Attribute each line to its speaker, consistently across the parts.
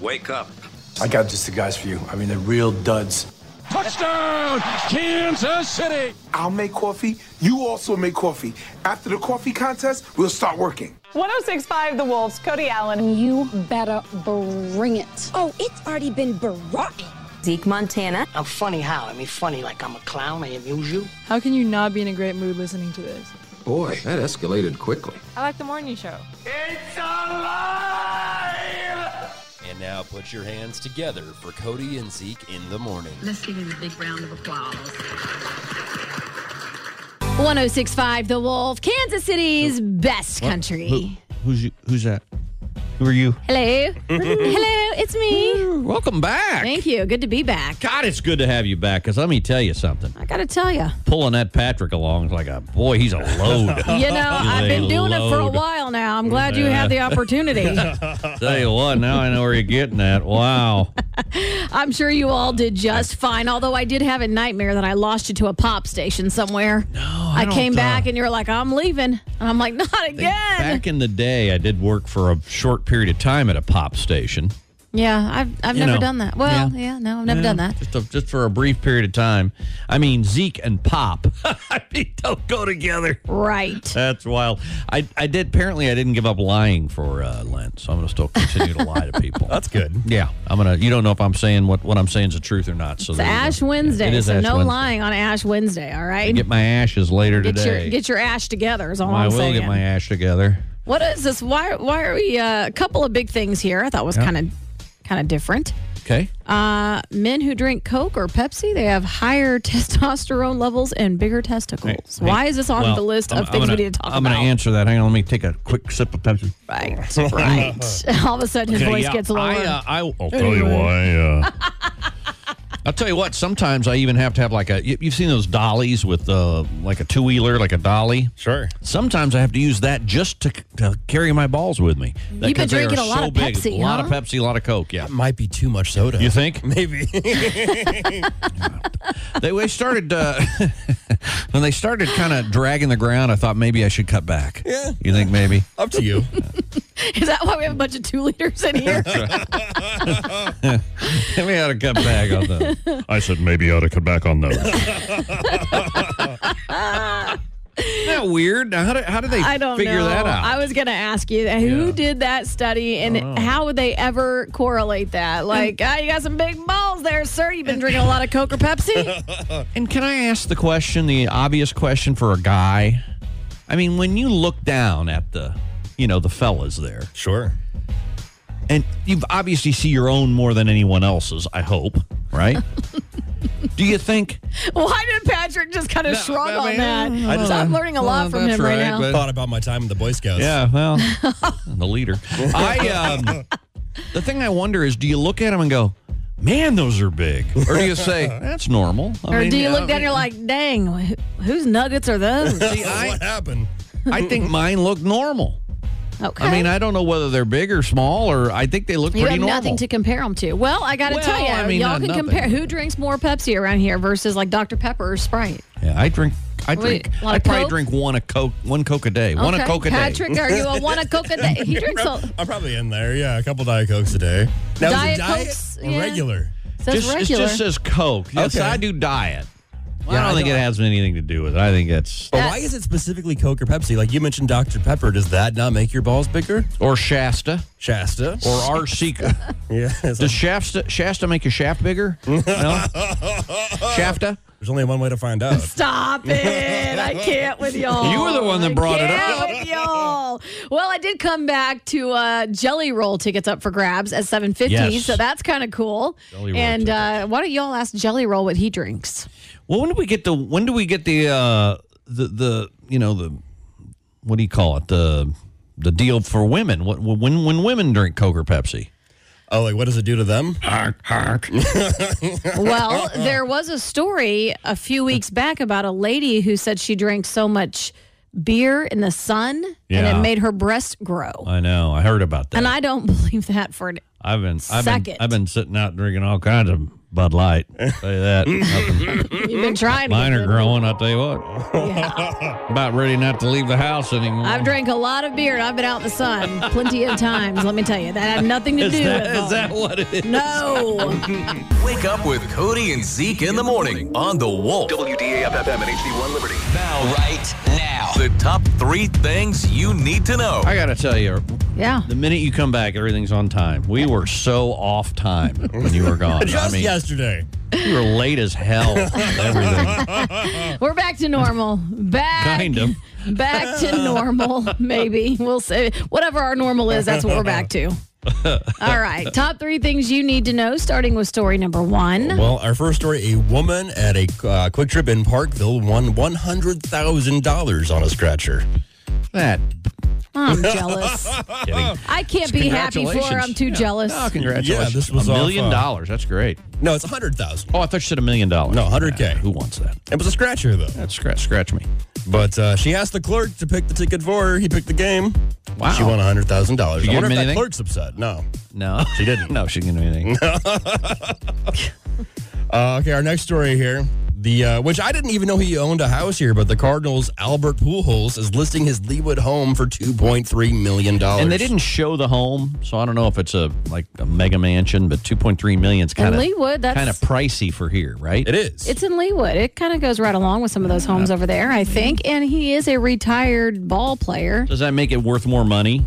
Speaker 1: Wake up.
Speaker 2: I got just the guys for you. I mean, they're real duds.
Speaker 3: Touchdown, Kansas City!
Speaker 4: I'll make coffee. You also make coffee. After the coffee contest, we'll start working.
Speaker 5: 1065 The Wolves, Cody Allen.
Speaker 6: You better bring it.
Speaker 7: Oh, it's already been baroque.
Speaker 8: Zeke Montana.
Speaker 9: I'm funny how? I mean, funny like I'm a clown, I amuse you.
Speaker 10: How can you not be in a great mood listening to this?
Speaker 11: Boy, that escalated quickly.
Speaker 10: I like the morning show.
Speaker 3: It's alive!
Speaker 12: And now put your hands together for Cody and Zeke in the morning.
Speaker 13: Let's give him a big round of applause.
Speaker 14: 1065 The Wolf, Kansas City's best
Speaker 15: What?
Speaker 14: country.
Speaker 15: Who, who's you, who's that? Who are you?
Speaker 14: Hello. Hello, it's me.
Speaker 15: Welcome back.
Speaker 14: Thank you. Good to be back.
Speaker 15: God, it's good to have you back. Cause let me tell you something.
Speaker 14: I gotta tell you.
Speaker 15: Pulling that Patrick along is like a boy. He's a load.
Speaker 14: You know,
Speaker 15: He's
Speaker 14: I've
Speaker 15: a
Speaker 14: been doing it for a
Speaker 15: load.
Speaker 14: while now. I'm glad you had the opportunity.
Speaker 15: Tell you what, now I know where you're getting at. Wow.
Speaker 14: I'm sure you all did just fine, although I did have a nightmare that I lost you to a pop station somewhere. No, I,
Speaker 15: don't,
Speaker 14: came
Speaker 15: uh,
Speaker 14: back and you were like, I'm leaving. And I'm like, not again.
Speaker 15: Back in the day, I did work for a short period of time at a pop station.
Speaker 14: yeah, I've, I've
Speaker 15: You
Speaker 14: never
Speaker 15: know.
Speaker 14: done that. Well,
Speaker 15: Yeah.
Speaker 14: yeah, no, I've never done that.
Speaker 15: Just, a, just for a brief period of time. I mean, Zeke and Pop. I mean, don't go together.
Speaker 14: Right.
Speaker 15: That's wild. I, I did apparently I didn't give up lying for uh, Lent, so I'm gonna still continue to lie to people.
Speaker 16: That's good.
Speaker 15: Yeah, I'm gonna. You don't know if I'm saying what what I'm saying is the truth or not. So
Speaker 14: It's
Speaker 15: there you go.
Speaker 14: Ash
Speaker 15: Yeah,
Speaker 14: Wednesday,
Speaker 15: it is
Speaker 14: so
Speaker 15: Ash
Speaker 14: no
Speaker 15: Wednesday.
Speaker 14: lying on Ash Wednesday, all right?
Speaker 15: I get my ashes later
Speaker 14: Get
Speaker 15: today.
Speaker 14: your get your ash together is all
Speaker 15: I
Speaker 14: I'm
Speaker 15: will
Speaker 14: saying.
Speaker 15: get my ash together.
Speaker 14: What is this? Why why are we uh, a couple of big things here? I thought was
Speaker 15: Yeah.
Speaker 14: kind of kind of different.
Speaker 15: Okay.
Speaker 14: Uh, men who drink Coke or Pepsi, they have higher testosterone levels and bigger testicles. Why is this on
Speaker 15: Well,
Speaker 14: the list
Speaker 15: I'm-
Speaker 14: of
Speaker 15: I'm
Speaker 14: things
Speaker 15: gonna-
Speaker 14: we need to talk
Speaker 15: I'm
Speaker 14: about?
Speaker 15: gonna answer that. Hang on, let me take a quick sip of Pepsi.
Speaker 14: Right, right. all of a sudden, his
Speaker 15: Okay,
Speaker 14: voice
Speaker 15: yeah,
Speaker 14: gets lower.
Speaker 15: I, uh, I, will tell you why. Uh, I'll tell you what. Sometimes I even have to have like a. you- You've seen those dollies with uh, like a two wheeler, like a dolly.
Speaker 16: Sure.
Speaker 15: Sometimes I have to use that just to, to carry my balls with me.
Speaker 14: You've been
Speaker 15: Because they are
Speaker 14: drinking a lot
Speaker 15: so
Speaker 14: of
Speaker 15: big.
Speaker 14: Pepsi,
Speaker 15: a lot
Speaker 14: huh?
Speaker 15: of Pepsi, a lot of Coke. Yeah.
Speaker 16: Might be too much soda.
Speaker 15: You think?
Speaker 16: Maybe.
Speaker 15: they they started uh, when they started kind of dragging the ground. I thought maybe I should cut back.
Speaker 16: Yeah.
Speaker 15: You think maybe?
Speaker 16: Up to you.
Speaker 14: is that why we have a bunch of two liters in here?
Speaker 15: we ought to cut back on those.
Speaker 17: I said maybe I ought to cut back on those.
Speaker 15: Isn't that weird? Now, how do, how do they
Speaker 14: I don't
Speaker 15: figure
Speaker 14: know.
Speaker 15: that out?
Speaker 14: I was going to ask you uh, who
Speaker 15: Yeah. Oh.
Speaker 14: did that study and how would they ever correlate that? Like, ah, you got some big balls there, sir. You've been drinking a lot of Coke or Pepsi.
Speaker 15: And can I ask the question, the obvious question for a guy? I mean, when you look down at the, you know, the fellas there,
Speaker 16: sure.
Speaker 15: and you obviously see your own more than anyone else's, I hope, right? Do you think?
Speaker 14: Why did Patrick just kind of shrug
Speaker 15: I
Speaker 14: on
Speaker 15: mean,
Speaker 14: that?
Speaker 15: I
Speaker 14: So
Speaker 15: don't
Speaker 14: I'm
Speaker 15: know.
Speaker 14: learning a lot
Speaker 15: Well,
Speaker 14: from
Speaker 15: that's
Speaker 14: him right,
Speaker 15: right,
Speaker 14: now.
Speaker 15: but-
Speaker 16: Thought about my time in the Boy Scouts.
Speaker 15: Yeah, well, the leader. I um, the thing I wonder is, do you look at them and go, "Man, those are big," or do you say, "That's normal"? I
Speaker 14: or
Speaker 15: mean,
Speaker 14: do you
Speaker 15: yeah,
Speaker 14: look
Speaker 15: I
Speaker 14: down and
Speaker 15: mean-
Speaker 14: you're like, dang, wh- whose nuggets are those?
Speaker 16: See, what happened?
Speaker 15: I think mine look normal.
Speaker 14: Okay.
Speaker 15: I mean, I don't know whether they're big or small, or I think they look
Speaker 14: you
Speaker 15: pretty
Speaker 14: have
Speaker 15: normal.
Speaker 14: nothing to compare them to. Well, I got to
Speaker 15: Well,
Speaker 14: tell you,
Speaker 15: I mean,
Speaker 14: y'all
Speaker 15: not
Speaker 14: can
Speaker 15: nothing.
Speaker 14: compare who drinks more Pepsi around here versus like Dr. Pepper or Sprite.
Speaker 15: Yeah, I drink. I
Speaker 14: Wait,
Speaker 15: drink.
Speaker 14: want
Speaker 15: I
Speaker 14: a
Speaker 15: probably
Speaker 14: Coke?
Speaker 15: drink one a coke, one coke a day, one a
Speaker 14: Okay.
Speaker 15: coke a
Speaker 14: Patrick,
Speaker 15: day.
Speaker 14: are you a one a Coke a day? He drinks a.
Speaker 16: I'm probably in there. Yeah, a couple Diet Cokes a day. Now,
Speaker 14: Diet
Speaker 16: is it diet
Speaker 14: Cokes,
Speaker 16: or
Speaker 14: yeah.
Speaker 16: regular?
Speaker 14: Says
Speaker 15: Just, it
Speaker 14: regular.
Speaker 15: just says coke. Yes,
Speaker 16: Okay.
Speaker 15: I do diet. Well,
Speaker 16: Yeah,
Speaker 15: I don't
Speaker 16: I
Speaker 15: think it
Speaker 16: don't-
Speaker 15: has anything to do with it. I think that's
Speaker 16: But why is it specifically Coke or Pepsi? Like you mentioned Dr. Pepper. Does that not make your balls bigger?
Speaker 15: or Shasta
Speaker 16: Shasta.
Speaker 15: or RC.
Speaker 16: yeah. it's
Speaker 15: Does Shasta Shasta make your shaft bigger? No. Shafta.
Speaker 16: There's only one way to find out.
Speaker 14: Stop it. I can't with y'all.
Speaker 15: You were the one that brought
Speaker 14: I
Speaker 15: it
Speaker 14: can't with y'all. Well, I did come back to uh, Jelly Roll tickets up for grabs at 7.50,
Speaker 15: Yes.
Speaker 14: so that's kind of cool.
Speaker 15: Jelly Roll
Speaker 14: and uh, why don't y'all ask Jelly Roll what he drinks?
Speaker 15: Well, when do we get the? When do we get the? Uh, the the you know the what do you call it? The the deal for women. What when when women drink Coke or Pepsi?
Speaker 16: Oh, like what does it do to them?
Speaker 14: well,
Speaker 15: Uh-uh.
Speaker 14: there was a story a few weeks back about a lady who said she drank so much beer in the sun and
Speaker 15: Yeah.
Speaker 14: it made her breast grow.
Speaker 15: I know. I heard about that.
Speaker 14: and I don't believe that for an
Speaker 15: I've been I've
Speaker 14: Second.
Speaker 15: been I've been sitting out drinking all kinds of Bud Light. Tell you that. Nothing.
Speaker 14: You've been trying. to
Speaker 15: Mine
Speaker 14: get
Speaker 15: are
Speaker 14: rid of it.
Speaker 15: growing. I tell you what. About ready not to leave the house anymore.
Speaker 14: I've drank a lot of beer and I've been out in the sun plenty of times. Let me tell you, that had nothing to
Speaker 15: Is
Speaker 14: do
Speaker 15: that-
Speaker 14: with
Speaker 15: is that what it is?
Speaker 14: No.
Speaker 1: Wake up with Cody and Zeke in the morning on The Wolf. WDAFFM and HD1 Liberty. Now, right now. The top three things you need to know.
Speaker 15: I gotta tell you,
Speaker 14: yeah.
Speaker 15: The minute you come back, everything's on time. We were so off time when you were gone.
Speaker 16: Just
Speaker 15: I mean,
Speaker 16: yesterday.
Speaker 15: you were late as hell. Everything,
Speaker 14: We're back to normal. Back
Speaker 15: kind of.
Speaker 14: back to normal, maybe. We'll say whatever our normal is, that's what we're back to. All right. Top three things you need to know, starting with story number one.
Speaker 16: Well, our first story: a woman at a uh, Quick Trip in Parkville won one hundred thousand dollars on a stretcher.
Speaker 15: That
Speaker 14: I'm jealous.
Speaker 15: kidding.
Speaker 14: I can't be happy for her. I'm too
Speaker 15: Yeah.
Speaker 14: jealous.
Speaker 15: Oh, congratulations.
Speaker 16: Yeah, this was
Speaker 15: a
Speaker 16: off,
Speaker 15: million
Speaker 16: uh,
Speaker 15: dollars. That's great.
Speaker 16: No, it's a hundred thousand.
Speaker 15: Oh, I thought you said a million dollars.
Speaker 16: No, hundred k.
Speaker 15: Who wants that?
Speaker 16: It was a scratcher though.
Speaker 15: That scratch, scratch me.
Speaker 16: But uh, she asked the clerk to pick the ticket for her. He picked the game.
Speaker 15: Wow.
Speaker 16: She won hundred thousand dollars.
Speaker 15: Did you
Speaker 16: I
Speaker 15: give
Speaker 16: wonder
Speaker 15: him
Speaker 16: if that
Speaker 15: anything?
Speaker 16: clerk's upset. No.
Speaker 15: No,
Speaker 16: She didn't.
Speaker 15: no, she didn't do anything.
Speaker 16: Uh, okay, our next story here. The uh, which I didn't even know he owned a house here, but the Cardinals Albert Pujols is listing his Leawood home for two point three million dollars.
Speaker 15: And they didn't show the home, so I don't know if it's a like a mega mansion, but 2.3 million is kind of
Speaker 14: Leawood, that's-
Speaker 15: kind of pricey for here, right?
Speaker 16: It is.
Speaker 14: It's in Leewood. It kind of goes right along with some of those homes over there, I think. And he is a retired ball player.
Speaker 15: Does that make it worth more money?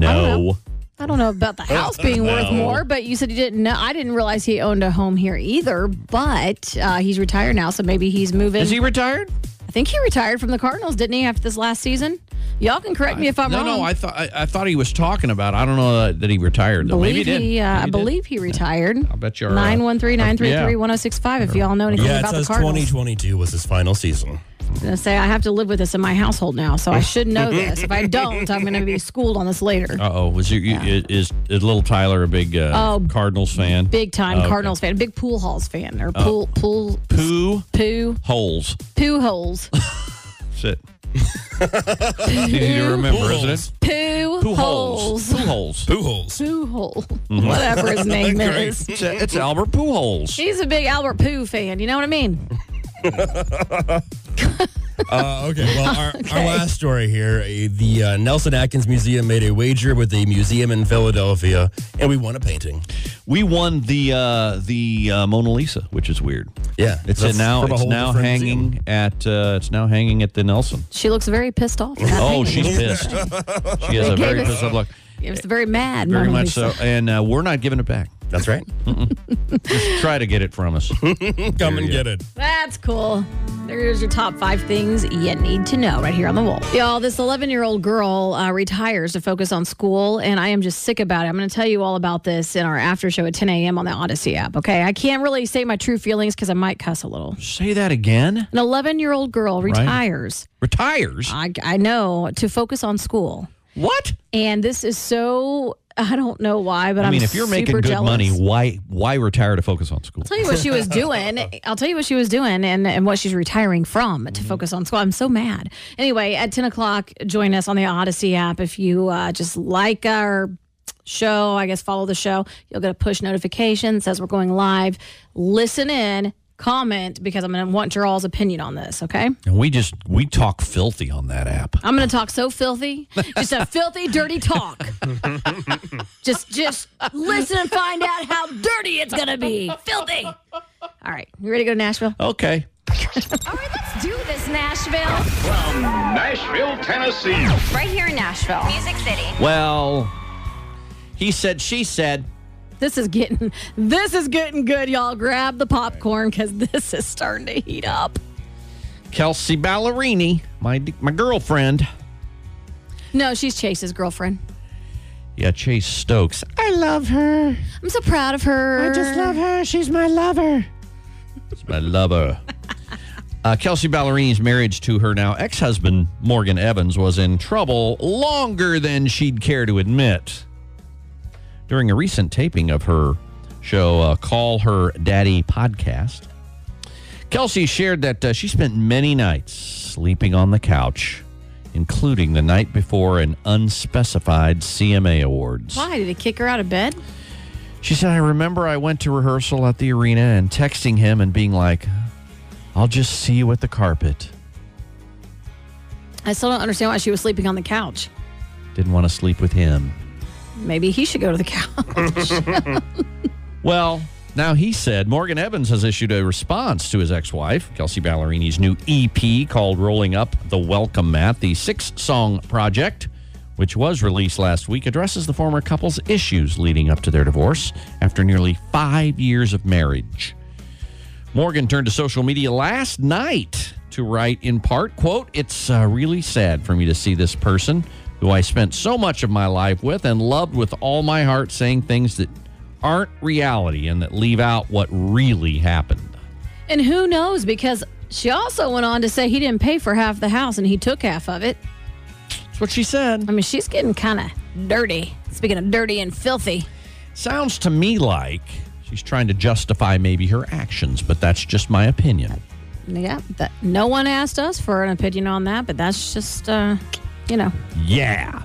Speaker 15: No.
Speaker 14: I don't know about the house being worth
Speaker 15: Oh, No.
Speaker 14: more, but you said you didn't know. I didn't realize he owned a home here either, but uh, he's retired now, so maybe he's moving.
Speaker 15: Is he retired?
Speaker 14: I think he retired from the Cardinals, didn't he, after this last season? Y'all can correct me if I'm
Speaker 15: no,
Speaker 14: wrong.
Speaker 15: no. I thought I, I thought he was talking about. I don't know that, that he retired. Though.
Speaker 14: believe
Speaker 15: Maybe he did.
Speaker 14: he, uh, I
Speaker 15: Maybe he did.
Speaker 14: believe he retired.
Speaker 15: I'll bet you're, uh,
Speaker 14: 913 933 1065 if y'all know anything
Speaker 16: Yeah, it
Speaker 14: about the
Speaker 16: says
Speaker 14: Cardinals.
Speaker 16: twenty twenty two was his final season.
Speaker 14: I'm going to say, I have to live with this in my household now, so I should know this. If I don't, I'm going to be schooled on this later.
Speaker 15: Uh oh. Was you, you- is is little Tyler a big uh,
Speaker 14: Oh,
Speaker 15: Cardinals fan?
Speaker 14: Big time
Speaker 15: Oh, okay.
Speaker 14: Cardinals fan, big pool halls fan, or
Speaker 15: Oh.
Speaker 14: pool, pool,
Speaker 15: Poo
Speaker 14: poo,
Speaker 15: holes.
Speaker 14: poo holes.
Speaker 15: Shit. Easy to remember, isn't it?
Speaker 14: Poo,
Speaker 15: Poo holes.
Speaker 14: holes.
Speaker 15: Poo holes.
Speaker 16: Poo holes.
Speaker 14: Poo hole. Whatever his name
Speaker 15: Great.
Speaker 14: is.
Speaker 15: It's, it's Albert Poo holes.
Speaker 14: He's a big Albert Poo fan. You know what I mean?
Speaker 16: Uh, okay, well, our, our last story here. uh, The uh, Nelson Atkins Museum made a wager with a museum in Philadelphia, and we won a painting.
Speaker 15: We won the uh, the uh, Mona Lisa, which is weird.
Speaker 16: Yeah,
Speaker 15: It's
Speaker 16: that's
Speaker 15: now
Speaker 16: from a
Speaker 15: it's
Speaker 16: whole
Speaker 15: now
Speaker 16: different
Speaker 15: hanging
Speaker 16: museum.
Speaker 15: at uh, it's now hanging at the Nelson.
Speaker 14: She looks very pissed off. about
Speaker 15: Oh,
Speaker 14: painting.
Speaker 15: she's pissed. She has
Speaker 14: They
Speaker 15: a
Speaker 14: gave
Speaker 15: very
Speaker 14: us-
Speaker 15: pissed up look.
Speaker 14: It was very mad.
Speaker 15: Very
Speaker 14: Mona
Speaker 15: much
Speaker 14: Lisa.
Speaker 15: so, and uh, we're not giving it back.
Speaker 16: That's right.
Speaker 15: Just try to get it from us.
Speaker 16: Come and get it.
Speaker 14: That's cool. There's your top five things you need to know right here on the Wolf. Y'all, this 11 year old girl uh, retires to focus on school, and I am just sick about it. I'm going to tell you all about this in our after show at 10 a.m. on the Odyssey app, okay? I can't really say my true feelings because I might cuss a little.
Speaker 15: Say that again.
Speaker 14: An 11 year old girl retires,
Speaker 15: Retires.
Speaker 14: I, I know, to focus on school.
Speaker 15: What?
Speaker 14: And this is so, I don't know why, but
Speaker 15: I
Speaker 14: am
Speaker 15: mean, if you're making good money, why why retire to focus on school?
Speaker 14: I'll tell you what she was doing. I'll tell you what she was doing and, and what she's retiring from to
Speaker 15: Mm-hmm.
Speaker 14: focus on school. I'm so mad. Anyway, at 10 o'clock, join us on the Odyssey app. If you uh, just like our show, I guess follow the show, you'll get a push notification says we're going live. Listen in, comment, because I'm going to want your all's opinion on this, okay?
Speaker 15: And we just we talk filthy on that app.
Speaker 14: I'm going to talk so filthy, just a filthy, dirty talk. just, just listen and find out how dirty it's going to be. Filthy. All right, you ready to go to Nashville?
Speaker 15: Okay.
Speaker 13: All right, let's do this.
Speaker 14: Nashville,
Speaker 13: From
Speaker 3: Nashville, Tennessee.
Speaker 13: right here in Nashville, Music City.
Speaker 15: Well, he said, she said.
Speaker 14: this is getting this is getting good, y'all. Grab the popcorn because this is starting to heat up.
Speaker 15: Kelsey Ballerini, my my girlfriend.
Speaker 14: No, she's Chase's girlfriend.
Speaker 15: Yeah, Chase Stokes.
Speaker 14: I love her. I'm so proud of her. I just love her. She's my lover.
Speaker 15: It's my lover. Uh, Kelsey Ballerini's marriage to her now ex husband, Morgan Evans, was in trouble longer than she'd care to admit. During a recent taping of her show, uh, Call Her Daddy podcast, Kelsey shared that uh, she spent many nights sleeping on the couch, including the night before an unspecified CMA Awards.
Speaker 14: Why did he kick her out of bed?
Speaker 15: She said, I remember I went to rehearsal at the arena and texting him and being like, I'll just see you at the carpet.
Speaker 14: I still don't understand why she was sleeping on the couch.
Speaker 15: Didn't want to sleep with him.
Speaker 14: Maybe he should go to the couch.
Speaker 15: well, now he said Morgan Evans has issued a response to his ex wife, Kelsey Ballerini's new EP called Rolling Up the Welcome Mat, the six song project which was released last week, addresses the former couple's issues leading up to their divorce after nearly five years of marriage. Morgan turned to social media last night to write in part, quote, It's uh, really sad for me to see this person who I spent so much of my life with and loved with all my heart saying things that aren't reality and that leave out what really happened.
Speaker 14: And who knows, because she also went on to say he didn't pay for half the house and he took half of it
Speaker 15: what she said.
Speaker 14: I mean, she's getting kind of dirty. Speaking of dirty and filthy.
Speaker 15: Sounds to me like she's trying to justify maybe her actions, but that's just my opinion.
Speaker 14: Yeah, that, no one asked us for an opinion on that, but that's just, uh, you know.
Speaker 15: Yeah.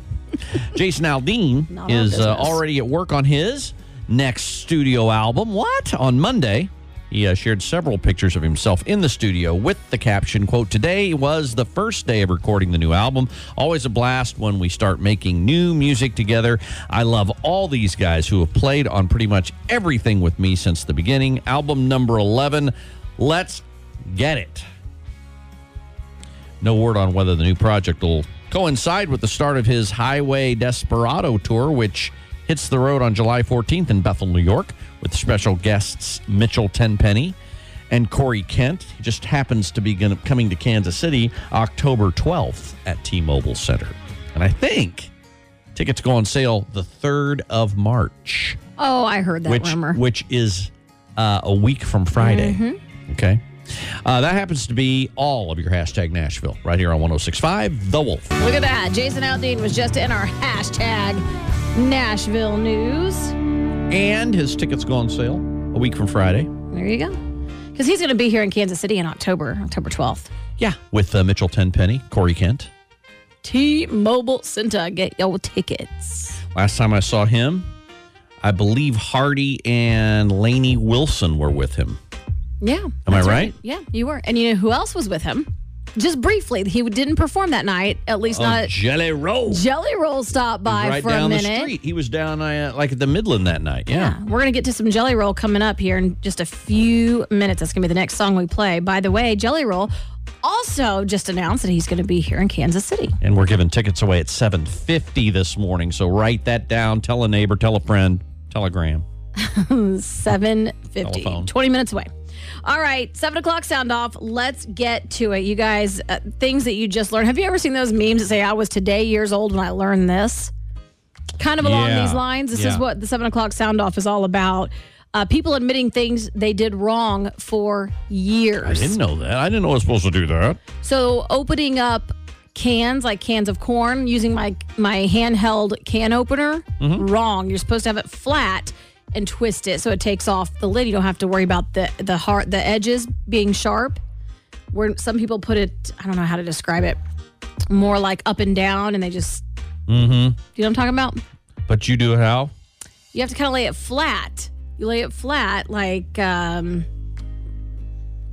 Speaker 15: Jason Aldean is uh, already at work on his next studio album. What? On Monday, he uh, shared several pictures of himself in the studio with the caption, quote, Today was the first day of recording the new album. Always a blast when we start making new music together. I love all these guys who have played on pretty much everything with me since the beginning. Album number 11. Let's get it. No word on whether the new project will coincide with the start of his Highway Desperado tour, which hits the road on July 14th in Bethel, New York, with special guests Mitchell Tenpenny and Corey Kent. He just happens to be gonna, coming to Kansas City October 12th at T Mobile Center. And I think tickets go on sale the 3rd of March.
Speaker 14: Oh, I heard that
Speaker 15: which,
Speaker 14: rumor.
Speaker 15: Which is uh, a week from Friday. Mm-hmm. Okay. Uh, that happens to be all of your hashtag Nashville right here on 1065 The Wolf.
Speaker 14: Look at that. Jason Aldean was just in our hashtag Nashville news.
Speaker 15: And his tickets go on sale a week from Friday.
Speaker 14: There you go. Because he's going to be here in Kansas City in October, October 12th.
Speaker 15: Yeah, with uh, Mitchell Tenpenny, Corey Kent.
Speaker 14: T Mobile Center, get your tickets.
Speaker 15: Last time I saw him, I believe Hardy and Laney Wilson were with him.
Speaker 14: Yeah.
Speaker 15: Am I right? right?
Speaker 14: Yeah, you were. And you know who else was with him? just briefly. He didn't perform that night, at least
Speaker 15: oh,
Speaker 14: not.
Speaker 15: Jelly Roll.
Speaker 14: Jelly Roll stopped by
Speaker 15: right
Speaker 14: Uh, for a
Speaker 15: minute. He was down uh, like at the Midland that night. Yeah. yeah.
Speaker 14: We're going to get to some Jelly Roll coming up here in just a few minutes. That's going to be the next song we play. By the way, Jelly Roll also just announced that he's going to be here in Kansas City.
Speaker 15: And we're giving tickets away at 7.50 this morning. So write that down. Tell a neighbor, tell a friend, telegram.
Speaker 14: 7.50. Telephone. 20 minutes away. All right, seven o'clock sound off. Let's get to it. You guys, uh, things that you just learned. Have you ever seen those memes that say, I was today years old when I learned this? Kind of along yeah. these lines. This yeah. is what the seven o'clock sound off is all about. Uh, people admitting things they did wrong for years. I
Speaker 15: didn't know that. I didn't know I was supposed to do that.
Speaker 14: So opening up cans like cans of corn using my my handheld can opener mm-hmm. wrong you're supposed to have it flat and twist it so it takes off the lid. You don't have to worry about the the heart the edges being sharp. Where some people put it, I don't know how to describe it, more like up and down, and they just.
Speaker 15: Mm-hmm. You know
Speaker 14: what I'm talking about?
Speaker 15: But you do it how?
Speaker 14: You have to kind of lay it flat. You lay it flat, like um,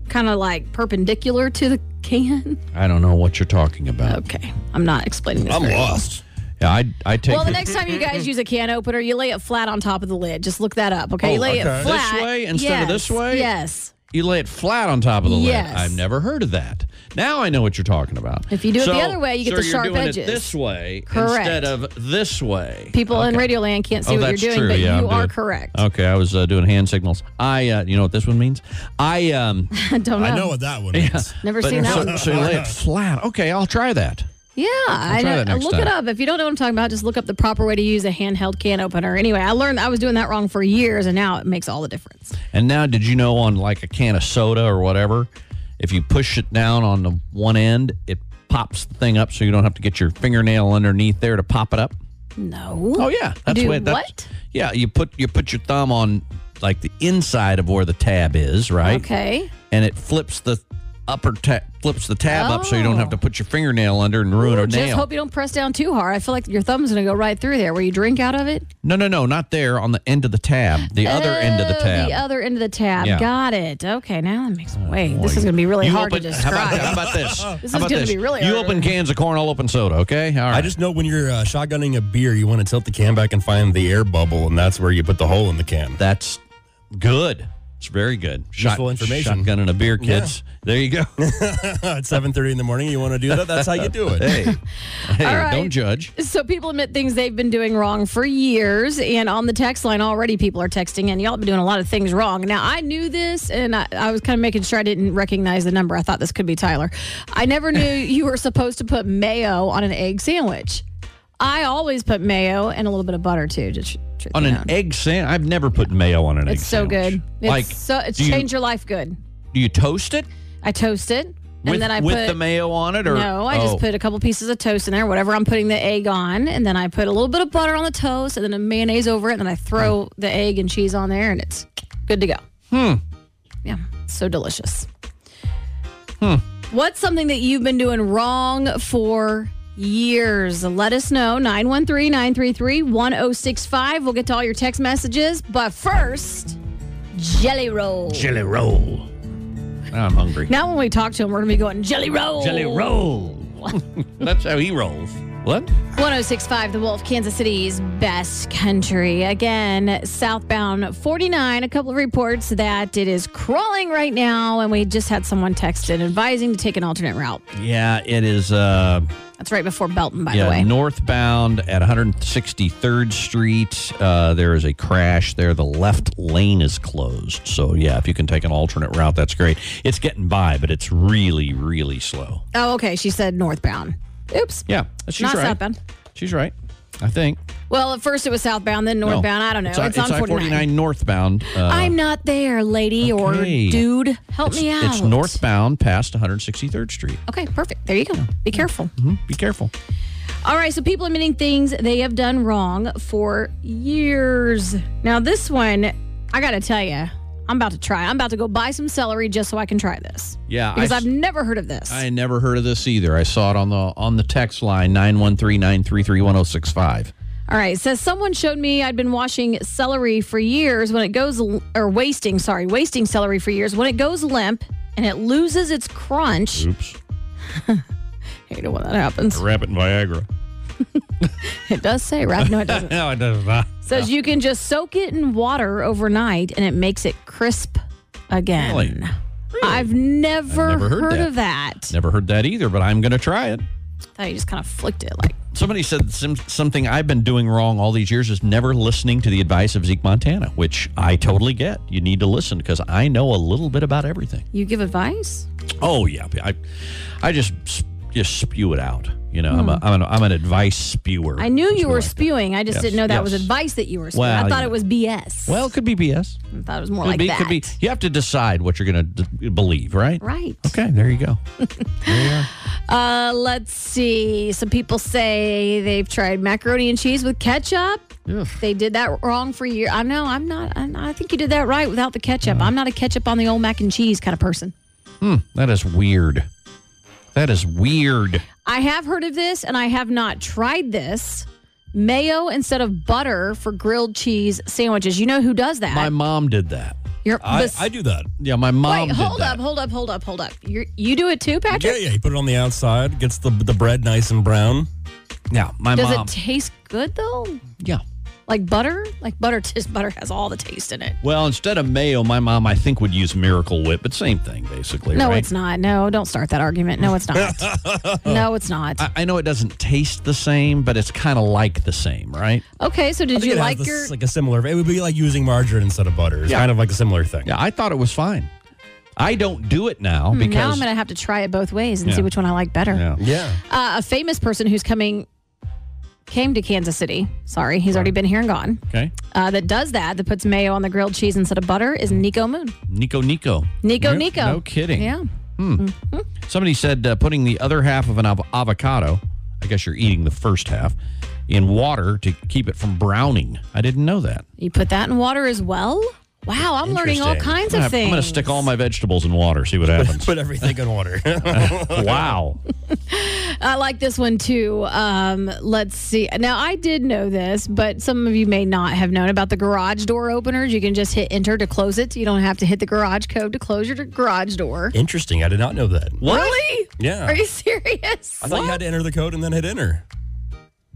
Speaker 14: kind of like perpendicular to the can.
Speaker 15: I don't know what you're talking about.
Speaker 14: Okay, I'm not explaining this.
Speaker 15: I'm lost. Well. Yeah, I, I take.
Speaker 14: Well, the next time you guys use a can opener, you lay it flat on top of the lid. Just look that up, okay?
Speaker 15: Oh,
Speaker 14: you
Speaker 15: okay.
Speaker 14: lay it flat
Speaker 15: this way instead
Speaker 14: yes,
Speaker 15: of this way.
Speaker 14: Yes.
Speaker 15: You lay it flat on top of the
Speaker 14: yes.
Speaker 15: lid. I've never heard of that. Now I know what you're talking about.
Speaker 14: If you do so, it the other way, you get
Speaker 15: so
Speaker 14: the sharp
Speaker 15: you're doing
Speaker 14: edges.
Speaker 15: It this way
Speaker 14: correct.
Speaker 15: instead of this way.
Speaker 14: People okay. in Radio Land can't see
Speaker 15: oh,
Speaker 14: what
Speaker 15: that's
Speaker 14: you're doing,
Speaker 15: true.
Speaker 14: but
Speaker 15: yeah,
Speaker 14: you
Speaker 15: I'm
Speaker 14: are
Speaker 15: doing,
Speaker 14: correct.
Speaker 15: Okay, I was uh, doing hand signals. I, uh, you know what this one means? I um,
Speaker 14: don't know.
Speaker 16: I know what that one means. Yeah.
Speaker 14: Never seen
Speaker 15: so,
Speaker 14: that. One.
Speaker 15: So you lay it flat. Okay, I'll try that.
Speaker 14: Yeah, I know. Look
Speaker 15: time.
Speaker 14: it up. If you don't know what I'm talking about, just look up the proper way to use a handheld can opener. Anyway, I learned I was doing that wrong for years, and now it makes all the difference.
Speaker 15: And now, did you know on like a can of soda or whatever, if you push it down on the one end, it pops the thing up, so you don't have to get your fingernail underneath there to pop it up.
Speaker 14: No.
Speaker 15: Oh yeah, that's
Speaker 14: Do
Speaker 15: way, that's,
Speaker 14: what?
Speaker 15: Yeah, you put you put your thumb on like the inside of where the tab is, right?
Speaker 14: Okay.
Speaker 15: And it flips the upper ta- flips the tab up so you don't have to put your fingernail under and ruin a
Speaker 14: Oh. Just
Speaker 15: nail.
Speaker 14: hope you don't press down too hard. I feel like your thumb's going to go right through there where you drink out of it.
Speaker 15: no, no, no, not there on the end of the tab, the other end of the
Speaker 14: Oh,
Speaker 15: tab.
Speaker 14: The other end of the tab.
Speaker 15: Yeah. Oh,
Speaker 14: Got it. Okay, now that makes Wait, this is going to be really
Speaker 15: You
Speaker 14: hard
Speaker 15: open-
Speaker 14: to
Speaker 15: how
Speaker 14: describe.
Speaker 15: about- how about this?
Speaker 14: This
Speaker 15: How
Speaker 14: is
Speaker 15: about
Speaker 14: going
Speaker 15: this?
Speaker 14: to be really
Speaker 15: You
Speaker 14: hard.
Speaker 15: open cans of corn, I'll open soda. Okay, all right.
Speaker 16: I just know when you're uh, shotgunning a beer, you want to tilt the can back and find the air bubble, and that's where you put the hole in the can.
Speaker 15: That's good. It's very good.
Speaker 16: Useful information.
Speaker 15: Shotgun and a beer, kids. There you go.
Speaker 16: at seven thirty in the morning. You want to do that? That's how you do it.
Speaker 15: hey, hey,
Speaker 14: All right.
Speaker 15: don't judge.
Speaker 14: So people admit things they've been doing wrong for years, and on the text line already, people are texting, and y'all been doing a lot of things wrong. Now I knew this, and I, I was kind of making sure I didn't recognize the number. I thought this could be Tyler. I never knew you were supposed to put mayo on an egg sandwich. I always put mayo and a little bit of butter too. Just truth
Speaker 15: On
Speaker 14: be
Speaker 15: an
Speaker 14: known.
Speaker 15: egg sandwich, I've never put mayo on an egg
Speaker 14: it's so
Speaker 15: sandwich.
Speaker 14: good. It's
Speaker 15: like,
Speaker 14: so it's
Speaker 15: do you-
Speaker 14: changed your life good.
Speaker 15: Do you toast it
Speaker 14: I toast it,
Speaker 15: with,
Speaker 14: and then I
Speaker 15: with
Speaker 14: put
Speaker 15: the mayo on it? or
Speaker 14: no, I just
Speaker 15: oh.
Speaker 14: put a couple pieces of toast in there, whatever I'm putting the egg on, and then I put a little bit of butter on the toast and then a mayonnaise over it, and then I throw the egg and cheese on there, and it's good to go.
Speaker 15: Oh. Hmm.
Speaker 14: Yeah, so delicious.
Speaker 15: Hmm.
Speaker 14: What's something that you've been doing wrong for years? Let us know 913 933 1065. We'll get to all your text messages, but first, jelly roll.
Speaker 15: Jelly roll. Now I'm hungry.
Speaker 14: Now, when we talk to him, we're going to be going jelly roll.
Speaker 15: Jelly roll. That's how he rolls. What?
Speaker 14: 1065 The Wolf, Kansas City's best country. Again, southbound 49. A couple of reports that it is crawling right now, and we just had someone texted advising to take an alternate route.
Speaker 15: Yeah, it is. Uh,
Speaker 14: That's right before Belton, by
Speaker 15: yeah,
Speaker 14: the way.
Speaker 15: northbound at 163rd Street. Uh, there is a crash there. The left lane is closed. So yeah, if you can take an alternate route, that's great. It's getting by, but it's really, really slow.
Speaker 14: Oh, okay. She said northbound. Oops.
Speaker 15: Yeah, she's
Speaker 14: Not
Speaker 15: right.
Speaker 14: southbound.
Speaker 15: She's right. I think.
Speaker 14: Well, at first it was southbound, then
Speaker 15: No.
Speaker 14: northbound. I don't know. It's, on 49.
Speaker 15: northbound. Uh,
Speaker 14: I'm not there, lady
Speaker 15: Okay.
Speaker 14: or dude. Help
Speaker 15: it's,
Speaker 14: me out.
Speaker 15: It's northbound past 163rd Street.
Speaker 14: Okay, perfect. There you go. Be careful.
Speaker 15: hmm Be careful.
Speaker 14: All right, so people admitting things they have done wrong for years. Now, this one, I got to tell you, I'm about to try. I'm about to go buy some celery just so I can try this.
Speaker 15: Yeah, I
Speaker 14: Because I,
Speaker 15: s-
Speaker 14: have never heard of this.
Speaker 15: I never heard of this either. I saw it on the on the text line 913-933-1065.
Speaker 14: All right, says someone showed me I'd been washing celery for years when it goes, or wasting, sorry, wasting celery for years when it goes limp and it loses its crunch.
Speaker 15: Oops.
Speaker 14: Hate it when that happens.
Speaker 15: Wrap it in Viagra.
Speaker 14: It does say, right? No, it doesn't.
Speaker 15: no, it does not.
Speaker 14: Says you can just soak it in water overnight and it makes it crisp again.
Speaker 15: Really?
Speaker 14: I've never,
Speaker 15: I've never heard
Speaker 14: heard,
Speaker 15: that.
Speaker 14: of that.
Speaker 15: Never heard that either, but I'm going to try it.
Speaker 14: Thought you just kind of flicked it like
Speaker 15: Somebody said some, something I've been doing wrong all these years is never listening to the advice of Zeke Montana, which I totally get. You need to listen because I know a little bit about everything.
Speaker 14: you give advice.
Speaker 15: Oh yeah, I, I just s- just spew it out. You know, I'm a, I'm, an, I'm an advice spewer.
Speaker 14: Hmm. I knew you were spewing. I just
Speaker 15: Yes,
Speaker 14: didn't know that was
Speaker 15: yes.
Speaker 14: advice that you were spewing.
Speaker 15: Well,
Speaker 14: I thought
Speaker 15: yeah.
Speaker 14: it was BS.
Speaker 15: well, it could be BS.
Speaker 14: I thought it was more
Speaker 15: could
Speaker 14: like
Speaker 15: be,
Speaker 14: that.
Speaker 15: could be. You have to decide what you're going to d- believe, right?
Speaker 14: Right.
Speaker 15: Okay, there you go.
Speaker 14: Uh, let's see. Some people say they've tried macaroni and cheese with ketchup. They did that wrong for years. I know. I'm not. I'm, I think you did that right without the ketchup.
Speaker 15: Mm.
Speaker 14: I'm not a ketchup on the old mac and cheese kind of person.
Speaker 15: Hmm, that is weird. That is weird.
Speaker 14: I have heard of this and I have not tried this. Mayo instead of butter for grilled cheese sandwiches. You know who does that?
Speaker 15: My mom did that.
Speaker 14: Your-
Speaker 16: I,
Speaker 14: this-
Speaker 16: I do that.
Speaker 15: Yeah, my mom
Speaker 14: Wait,
Speaker 15: did
Speaker 14: hold
Speaker 15: that.
Speaker 14: up, hold up, hold up, hold up. You you do it too, Patrick?
Speaker 16: Yeah, yeah. You put it on the outside, gets the the bread nice and brown.
Speaker 15: Yeah, my
Speaker 14: Does
Speaker 15: mom.
Speaker 14: it taste good though?
Speaker 15: yeah.
Speaker 14: Like butter? Like butter just butter has all the taste in it.
Speaker 15: Well, instead of mayo, my mom I think would use Miracle Whip, but same thing basically.
Speaker 14: No,
Speaker 15: right?
Speaker 14: it's not. No, don't start that argument. No, it's not. no, it's not.
Speaker 15: I, I know it doesn't taste the same, but it's kind of like the same, right?
Speaker 14: Okay, so
Speaker 16: I
Speaker 14: did
Speaker 16: think
Speaker 14: you
Speaker 16: it has
Speaker 14: like
Speaker 16: this-
Speaker 14: your
Speaker 16: like a similar? It would be like using margarine instead of butter. It's
Speaker 15: Yeah.
Speaker 16: kind of like a similar thing.
Speaker 15: Yeah, I thought it was fine. I don't do it now
Speaker 14: Hmm,
Speaker 15: because
Speaker 14: now I'm gonna have to try it both ways and
Speaker 15: Yeah.
Speaker 14: see which one I like better.
Speaker 15: yeah.
Speaker 16: Yeah.
Speaker 14: Uh, a famous person who's coming came to Kansas City. Sorry, he's already been here and gone.
Speaker 15: Okay.
Speaker 14: uh, that does that, that puts mayo on the grilled cheese instead of butter, is Nico Moon.
Speaker 15: Nico Nico.
Speaker 14: Nico
Speaker 15: No-
Speaker 14: Nico.
Speaker 15: No kidding.
Speaker 14: Yeah.
Speaker 15: Somebody said uh, putting the other half of an av- avocado, I guess you're eating the first half, in water to keep it from browning. I didn't know that.
Speaker 14: You put that in water as well? Wow, I'm learning all kinds of
Speaker 15: I'm
Speaker 14: things.
Speaker 15: I'm going to stick all my vegetables in water, see what happens.
Speaker 16: Put everything in water.
Speaker 15: wow.
Speaker 14: I like this one too. Um, let's see. Now, I did know this, but some of you may not have known about the garage door openers. You can just hit enter to close it. So you don't have to hit the garage code to close your garage door.
Speaker 16: Interesting. I did not know that.
Speaker 14: Really?
Speaker 16: Yeah.
Speaker 14: Are you serious?
Speaker 16: I thought you had to enter the code and then hit enter.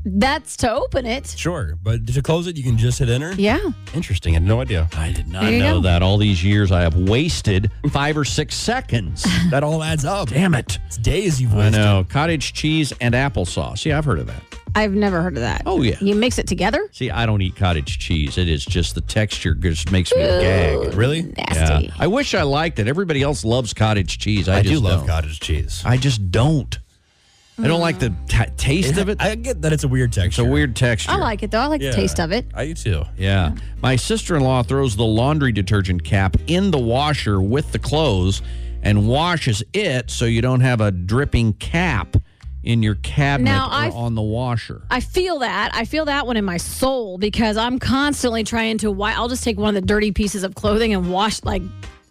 Speaker 14: That's to open it.
Speaker 16: Sure, but to close it, you can just hit enter.
Speaker 14: Yeah.
Speaker 16: Interesting. I had no idea.
Speaker 15: I did not
Speaker 14: There you
Speaker 15: know
Speaker 14: go.
Speaker 15: that. All these years I have wasted five or six seconds.
Speaker 16: That all adds up.
Speaker 15: Damn it.
Speaker 16: It's days you've
Speaker 15: I
Speaker 16: wasted.
Speaker 15: know. Cottage cheese and applesauce. Yeah, I've heard of that.
Speaker 14: I've never heard of that.
Speaker 15: Oh, yeah.
Speaker 14: You mix it together?
Speaker 15: See, I don't eat cottage cheese. It is just the texture just makes me gag.
Speaker 16: Really?
Speaker 14: Nasty.
Speaker 15: I wish I liked it. Everybody else loves cottage cheese. I,
Speaker 16: I, do
Speaker 15: just
Speaker 16: love
Speaker 15: don't.
Speaker 16: cottage cheese.
Speaker 15: I just don't. I don't
Speaker 14: Mm.
Speaker 15: like the ta taste of it.
Speaker 16: I get that it's a weird texture.
Speaker 15: It's a weird texture.
Speaker 14: I like it though. I like
Speaker 16: Yeah.
Speaker 14: the taste of it.
Speaker 16: I do too.
Speaker 15: Yeah. My sister in law throws the laundry detergent cap in the washer with the clothes and washes it so you don't have a dripping cap in your cabinet
Speaker 14: Now,
Speaker 15: or
Speaker 14: I've-
Speaker 15: on the washer.
Speaker 14: I feel that. I feel that one in my soul because I'm constantly trying to wipe. I'll just take one of the dirty pieces of clothing and wash, like,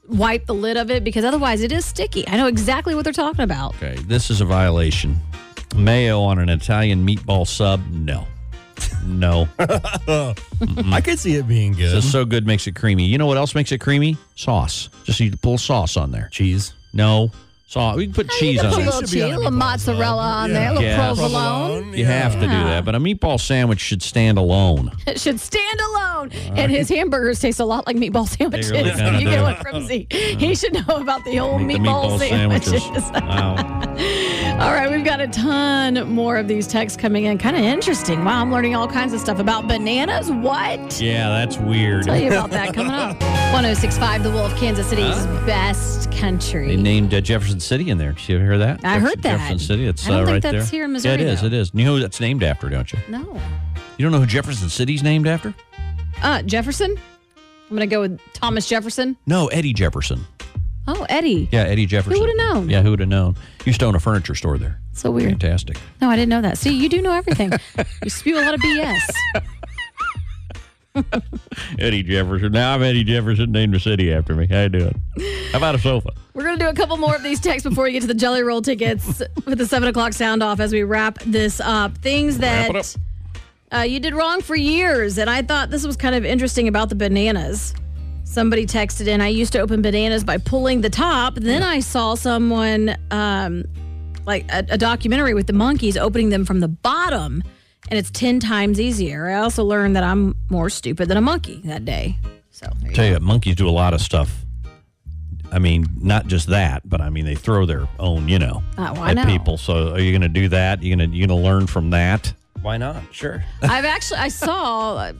Speaker 14: wipe the lid of it because otherwise it is sticky. I know exactly what they're talking about.
Speaker 15: Okay. This is a violation. Mayo on an Italian meatball sub? No. No.
Speaker 16: I could see it being good.
Speaker 15: This is so good makes it creamy. You know what else makes it creamy? Sauce. Just need to pull sauce on there.
Speaker 16: cheese.
Speaker 15: No. Sauce. We can put cheese
Speaker 14: put
Speaker 15: on
Speaker 14: a
Speaker 15: it.
Speaker 14: little
Speaker 16: Should be
Speaker 14: cheese,
Speaker 16: on
Speaker 14: a
Speaker 16: a
Speaker 14: little
Speaker 16: meatball
Speaker 14: mozzarella
Speaker 16: sub.
Speaker 14: on there, a little
Speaker 15: Yeah. Yes.
Speaker 14: provolone.
Speaker 15: You have to do that, but a meatball sandwich should stand alone.
Speaker 14: It should stand alone. And his hamburgers taste a lot like meatball sandwiches.
Speaker 15: really
Speaker 14: If
Speaker 15: kinda
Speaker 14: you get
Speaker 15: do.
Speaker 14: one from Z. He should know about the old
Speaker 15: Make the
Speaker 14: meatball, sandwiches.
Speaker 15: wow.
Speaker 14: All right, we've got a ton more of these texts coming in. Kind of interesting. Wow, I'm learning all kinds of stuff about bananas. What?
Speaker 15: Yeah, that's weird.
Speaker 14: Tell you about that coming up. 1065 The Wolf, Kansas City's best country.
Speaker 15: They named uh, Jefferson City in there. Did you hear that?
Speaker 14: I heard that.
Speaker 15: Jefferson City. It's
Speaker 14: I don't
Speaker 15: uh,
Speaker 14: think
Speaker 15: right
Speaker 14: that's
Speaker 15: there.
Speaker 14: here in
Speaker 15: Yeah, it
Speaker 14: Missouri,
Speaker 15: is.
Speaker 14: though.
Speaker 15: It is. You know who that's named after, don't you?
Speaker 14: no.
Speaker 15: You don't know who Jefferson City's named after?
Speaker 14: Uh, Jefferson? I'm going to go with Thomas Jefferson.
Speaker 15: No, Eddie Jefferson.
Speaker 14: Oh, Eddie.
Speaker 15: Yeah, Eddie Jefferson.
Speaker 14: would've known?
Speaker 15: Yeah, who would have known? Used to own a furniture store there.
Speaker 14: So weird.
Speaker 15: Fantastic.
Speaker 14: No, I didn't know that. See, you do know everything. you spew a lot of BS.
Speaker 15: Eddie Jefferson. Now I'm Eddie Jefferson. Named a city after me. How you doing? How about a sofa?
Speaker 14: We're going to do a couple more of these texts before we get to the Jelly Roll tickets with the 7 o'clock sound off as we wrap this up. Things
Speaker 15: it
Speaker 14: that uh, you did wrong for years. And I thought this was kind of interesting about the bananas. Somebody texted in, I used to open bananas by pulling the top. Then I saw someone, um, like a, a documentary with the monkeys, opening them from the bottom. And it's 10 times easier. I also learned that I'm more stupid than a monkey that day. So, there you
Speaker 15: Tell you, monkeys do a lot of stuff. I mean, not just that, but I mean they throw their own, you know,
Speaker 14: Oh, I
Speaker 15: at
Speaker 14: know.
Speaker 15: people. So are you going to do that? You going to you going to learn from that?
Speaker 16: Why not? Sure.
Speaker 14: I've actually I saw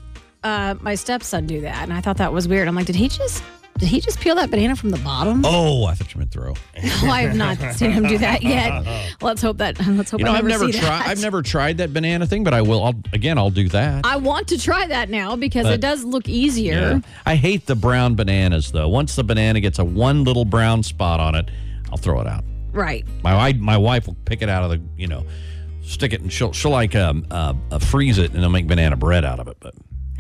Speaker 14: uh, my stepson do that, and I thought that was weird. I'm like, did he just did he just peel that banana from the bottom?
Speaker 15: Oh, I thought you meant throw.
Speaker 14: No, I have not seen him do that yet. Let's hope that let's hope
Speaker 15: You know,
Speaker 14: I
Speaker 15: I've never
Speaker 14: see
Speaker 15: tried.
Speaker 14: that.
Speaker 15: I've never tried that banana thing, but I will. I'll, again, I'll do that.
Speaker 14: I want to try that now because
Speaker 15: But-
Speaker 14: it does look
Speaker 15: Yeah.
Speaker 14: easier.
Speaker 15: I hate the brown bananas though. Once the banana gets a one little brown spot on it, I'll throw it out.
Speaker 14: Right.
Speaker 15: My wife, my wife will pick it out of the, you know, stick it and she'll she'll like um uh, uh freeze it and they'll make banana bread out of it. But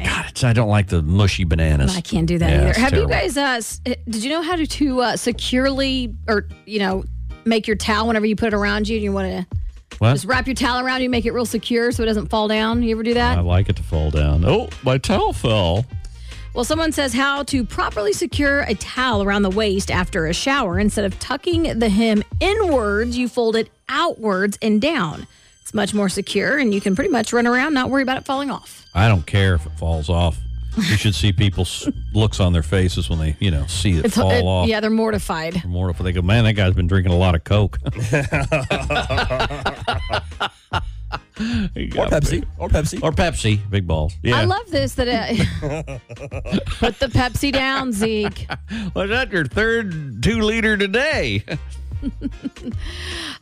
Speaker 15: God, it's, I don't like the mushy bananas.
Speaker 14: I can't do that
Speaker 15: Yeah, it's
Speaker 14: either. Have
Speaker 15: terrible.
Speaker 14: you guys uh s- did you know how to, to uh, securely or you know make your towel whenever you put it around you and you want to
Speaker 15: What?
Speaker 14: just wrap your towel around you make it real secure so it doesn't fall down? You ever do that?
Speaker 15: I like it to fall down. Oh, my towel fell.
Speaker 14: Well, someone says how to properly secure a towel around the waist after a shower. Instead of tucking the hem inwards, you fold it outwards and down. It's much more secure, and you can pretty much run around, not worry about it falling off.
Speaker 15: I don't care if it falls off. You should see people's looks on their faces when they, you know, see it fall
Speaker 14: it-
Speaker 15: off.
Speaker 14: Yeah, they're mortified.
Speaker 15: Or More if they go, man, that guy's been drinking a lot of Coke.
Speaker 16: Or Pepsi. Or Pepsi.
Speaker 15: or Pepsi, big balls. Yeah.
Speaker 14: I love this that it, put the Pepsi down, Zeke.
Speaker 15: Was that your third two liter today?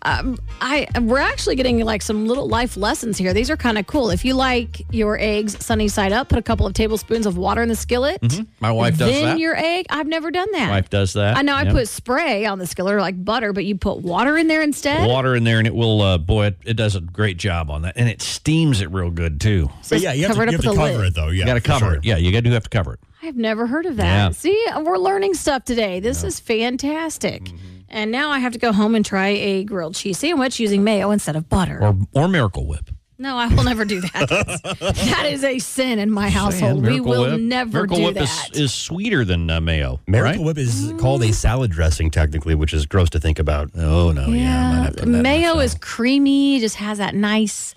Speaker 14: I we're actually getting like some little life lessons here. These are kind of cool. If you like your eggs sunny side up, put a couple of tablespoons of water in the skillet.
Speaker 15: Mm-hmm. My wife does
Speaker 14: then
Speaker 15: that.
Speaker 14: your egg. I've never done that.
Speaker 15: wife does that.
Speaker 14: I know I
Speaker 15: Yeah.
Speaker 14: put spray on the skillet or like butter, but you put water in there instead.
Speaker 15: water in there, and it will. Uh, boy, it, it does a great job on that, and it steams it real good too.
Speaker 16: But
Speaker 14: So it's
Speaker 16: yeah, you have
Speaker 14: covered
Speaker 16: to, you
Speaker 14: up
Speaker 16: have to
Speaker 14: with a
Speaker 16: cover
Speaker 14: lid.
Speaker 16: it though. Yeah,
Speaker 15: you got to
Speaker 16: for
Speaker 15: cover
Speaker 16: sure.
Speaker 15: it. Yeah, you got to have to cover it.
Speaker 14: I've never heard of that.
Speaker 15: Yeah.
Speaker 14: See, uh, we're learning stuff today. This is fantastic. And now I have to go home and try a grilled cheese sandwich using mayo instead of butter.
Speaker 15: Or, or Miracle Whip.
Speaker 14: No, I will never do that. That's- that is a sin in my household. we
Speaker 15: Miracle
Speaker 14: will
Speaker 15: Whip.
Speaker 14: never
Speaker 15: Miracle
Speaker 14: do
Speaker 15: Whip
Speaker 14: that.
Speaker 15: is is sweeter than uh, mayo.
Speaker 16: Miracle Whip is called a salad dressing, technically, which is gross to think about.
Speaker 15: Oh no,
Speaker 14: yeah, mayo is creamy. Just has that nice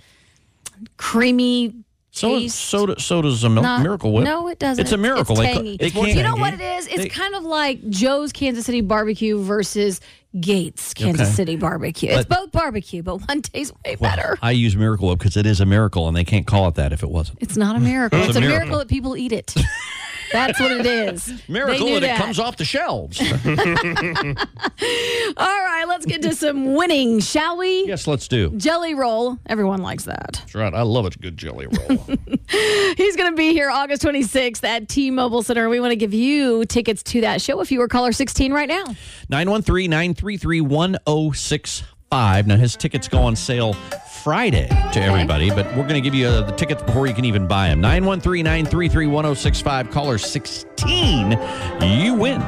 Speaker 14: creamy
Speaker 15: So,
Speaker 14: taste.
Speaker 15: so, do- so does a mil-
Speaker 14: Not-
Speaker 15: Miracle Whip.
Speaker 14: No, it doesn't.
Speaker 15: It's a miracle. They
Speaker 14: It's
Speaker 15: cou-
Speaker 14: tangy.
Speaker 15: they can't-
Speaker 14: you know what it is? It's
Speaker 15: They-
Speaker 14: kind of like Joe's Kansas City barbecue versus Gates Kansas
Speaker 15: Okay.
Speaker 14: City barbecue. It's
Speaker 15: But-
Speaker 14: both barbecue, but one tastes way
Speaker 15: well,
Speaker 14: better.
Speaker 15: I use Miracle Whip because it is a miracle, and they can't call it that if it wasn't.
Speaker 14: It's not a miracle.
Speaker 15: It's
Speaker 14: It's,
Speaker 15: a
Speaker 14: a,
Speaker 15: miracle.
Speaker 14: miracle. that people eat it. That's what it is. They
Speaker 15: Miracle
Speaker 14: knew
Speaker 15: that it
Speaker 14: that.
Speaker 15: comes off the shelves.
Speaker 14: All right, let's get to some winning, shall we?
Speaker 15: yes, let's do.
Speaker 14: Jelly roll. Everyone likes that.
Speaker 15: That's right. I love it. Good jelly roll.
Speaker 14: He's going to be here August 26th at T Mobile Center. We want to give you tickets to that show if you were caller 16 right now.
Speaker 15: 913 933 1065. Now, his tickets go on sale Friday to everybody, but we're going to give you uh, the tickets before you can even buy them. 913 933 1065, caller 16. You win.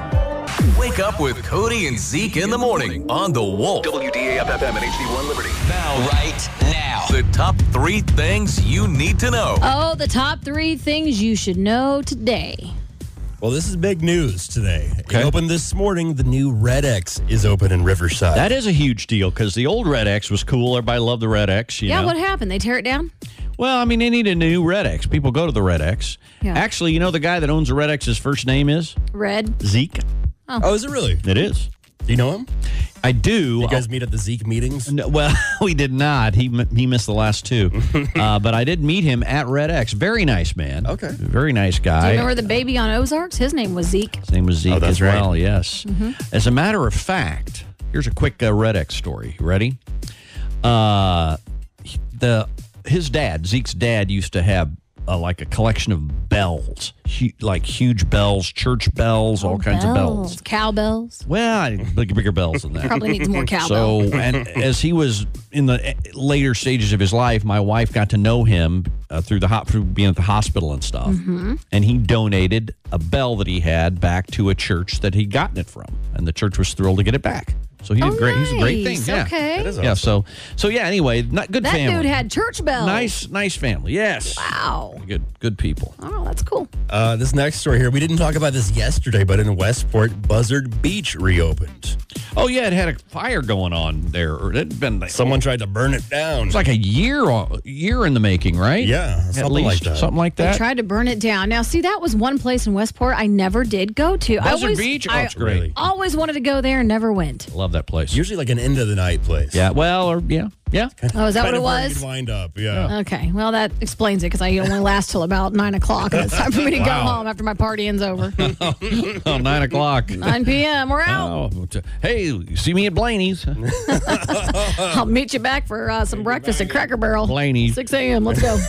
Speaker 1: Wake up with Cody and Zeke in the morning on the Wolf. WDAFFM and HD1 Liberty. Now, right now, the top three things you need to know.
Speaker 14: Oh, the top three things you should know today.
Speaker 16: Well, this is big news today. It opened this morning. The new Red X is open in Riverside.
Speaker 15: That is a huge deal because the old Red X was cool. Everybody loved the Red X. You
Speaker 14: yeah,
Speaker 15: know?
Speaker 14: what happened? They tear it down?
Speaker 15: Well, I mean, they need a new Red X. People go to the Red X.
Speaker 14: Yeah.
Speaker 15: Actually, you know the guy that owns the Red X, his first name is?
Speaker 14: Red?
Speaker 15: Zeke.
Speaker 14: Oh.
Speaker 16: Oh, is it really?
Speaker 15: It is.
Speaker 16: Do you know him?
Speaker 15: I do.
Speaker 16: You guys meet at the Zeke meetings?
Speaker 15: No, well, we did not. He m- he missed the last two, uh, but I did meet him at Red X. Very nice man. Okay. Very nice
Speaker 14: Do you
Speaker 15: guy.
Speaker 14: remember the baby on Ozarks? His name was Zeke.
Speaker 15: His name was Zeke
Speaker 16: Oh, that's
Speaker 15: as well.
Speaker 16: right.
Speaker 15: Yes.
Speaker 14: Mm-hmm.
Speaker 15: As a matter of fact, here's a quick uh, Red X story. You ready? Uh, he- the his dad, Zeke's dad, used to have. Uh, like a collection of bells, hu- like huge bells, church bells,
Speaker 14: Oh,
Speaker 15: all kinds of bells.
Speaker 14: Cowbells.
Speaker 15: Well, I- big, bigger bells than that.
Speaker 14: Probably needs
Speaker 15: So,
Speaker 14: more cowbell.
Speaker 15: and as he was in the eh, later stages of his life, my wife got to know him uh, through the hot through being at the hospital and stuff.
Speaker 14: Mhm.
Speaker 15: And he donated a bell that he had back to a church that he'd gotten it from, and the church was thrilled to get it back. So he did
Speaker 14: Oh,
Speaker 15: great. He's a great thing.
Speaker 14: nice.
Speaker 15: Yeah.
Speaker 14: Okay. That is
Speaker 15: Yeah. So so yeah. Anyway, not good
Speaker 14: That
Speaker 15: family.
Speaker 14: dude had church bells.
Speaker 15: nice nice family. Yes.
Speaker 14: Wow.
Speaker 15: Good good people.
Speaker 14: Oh, that's cool.
Speaker 16: Uh, this next story here, we didn't talk about this yesterday, but in Westport, Buzzard Beach reopened.
Speaker 15: Oh yeah, it had a fire going on there. or It had been
Speaker 16: Someone tried to burn it down.
Speaker 15: It's like a year uh, year in the making, right?
Speaker 16: Yeah,
Speaker 15: At
Speaker 16: something
Speaker 15: least,
Speaker 16: like that.
Speaker 15: Something like
Speaker 14: They
Speaker 15: that.
Speaker 14: tried to burn it down. Now, see, that was one place in Westport I never did go to. I
Speaker 15: Buzzard
Speaker 14: always,
Speaker 15: Beach. Oh,
Speaker 14: I
Speaker 15: it's great.
Speaker 14: always wanted to go there and never went.
Speaker 15: Love that place.
Speaker 16: Usually like an end of the night place.
Speaker 15: Yeah. Well, or yeah, yeah.
Speaker 14: Oh, is that
Speaker 16: Kind
Speaker 14: what it
Speaker 16: of where
Speaker 14: was?
Speaker 16: you'd wind up, yeah.
Speaker 14: Okay. Well, that explains it because I only last till about nine o'clock, and it's time for me to
Speaker 15: Wow.
Speaker 14: go home after my partying's over.
Speaker 15: oh, nine o'clock.
Speaker 14: 9 p.m. We're out.
Speaker 15: Oh, t- hey, you see me at Blaney's.
Speaker 14: I'll meet you back for uh, some breakfast at Cracker Barrel.
Speaker 15: Blaney.
Speaker 14: 6 a.m. Let's go.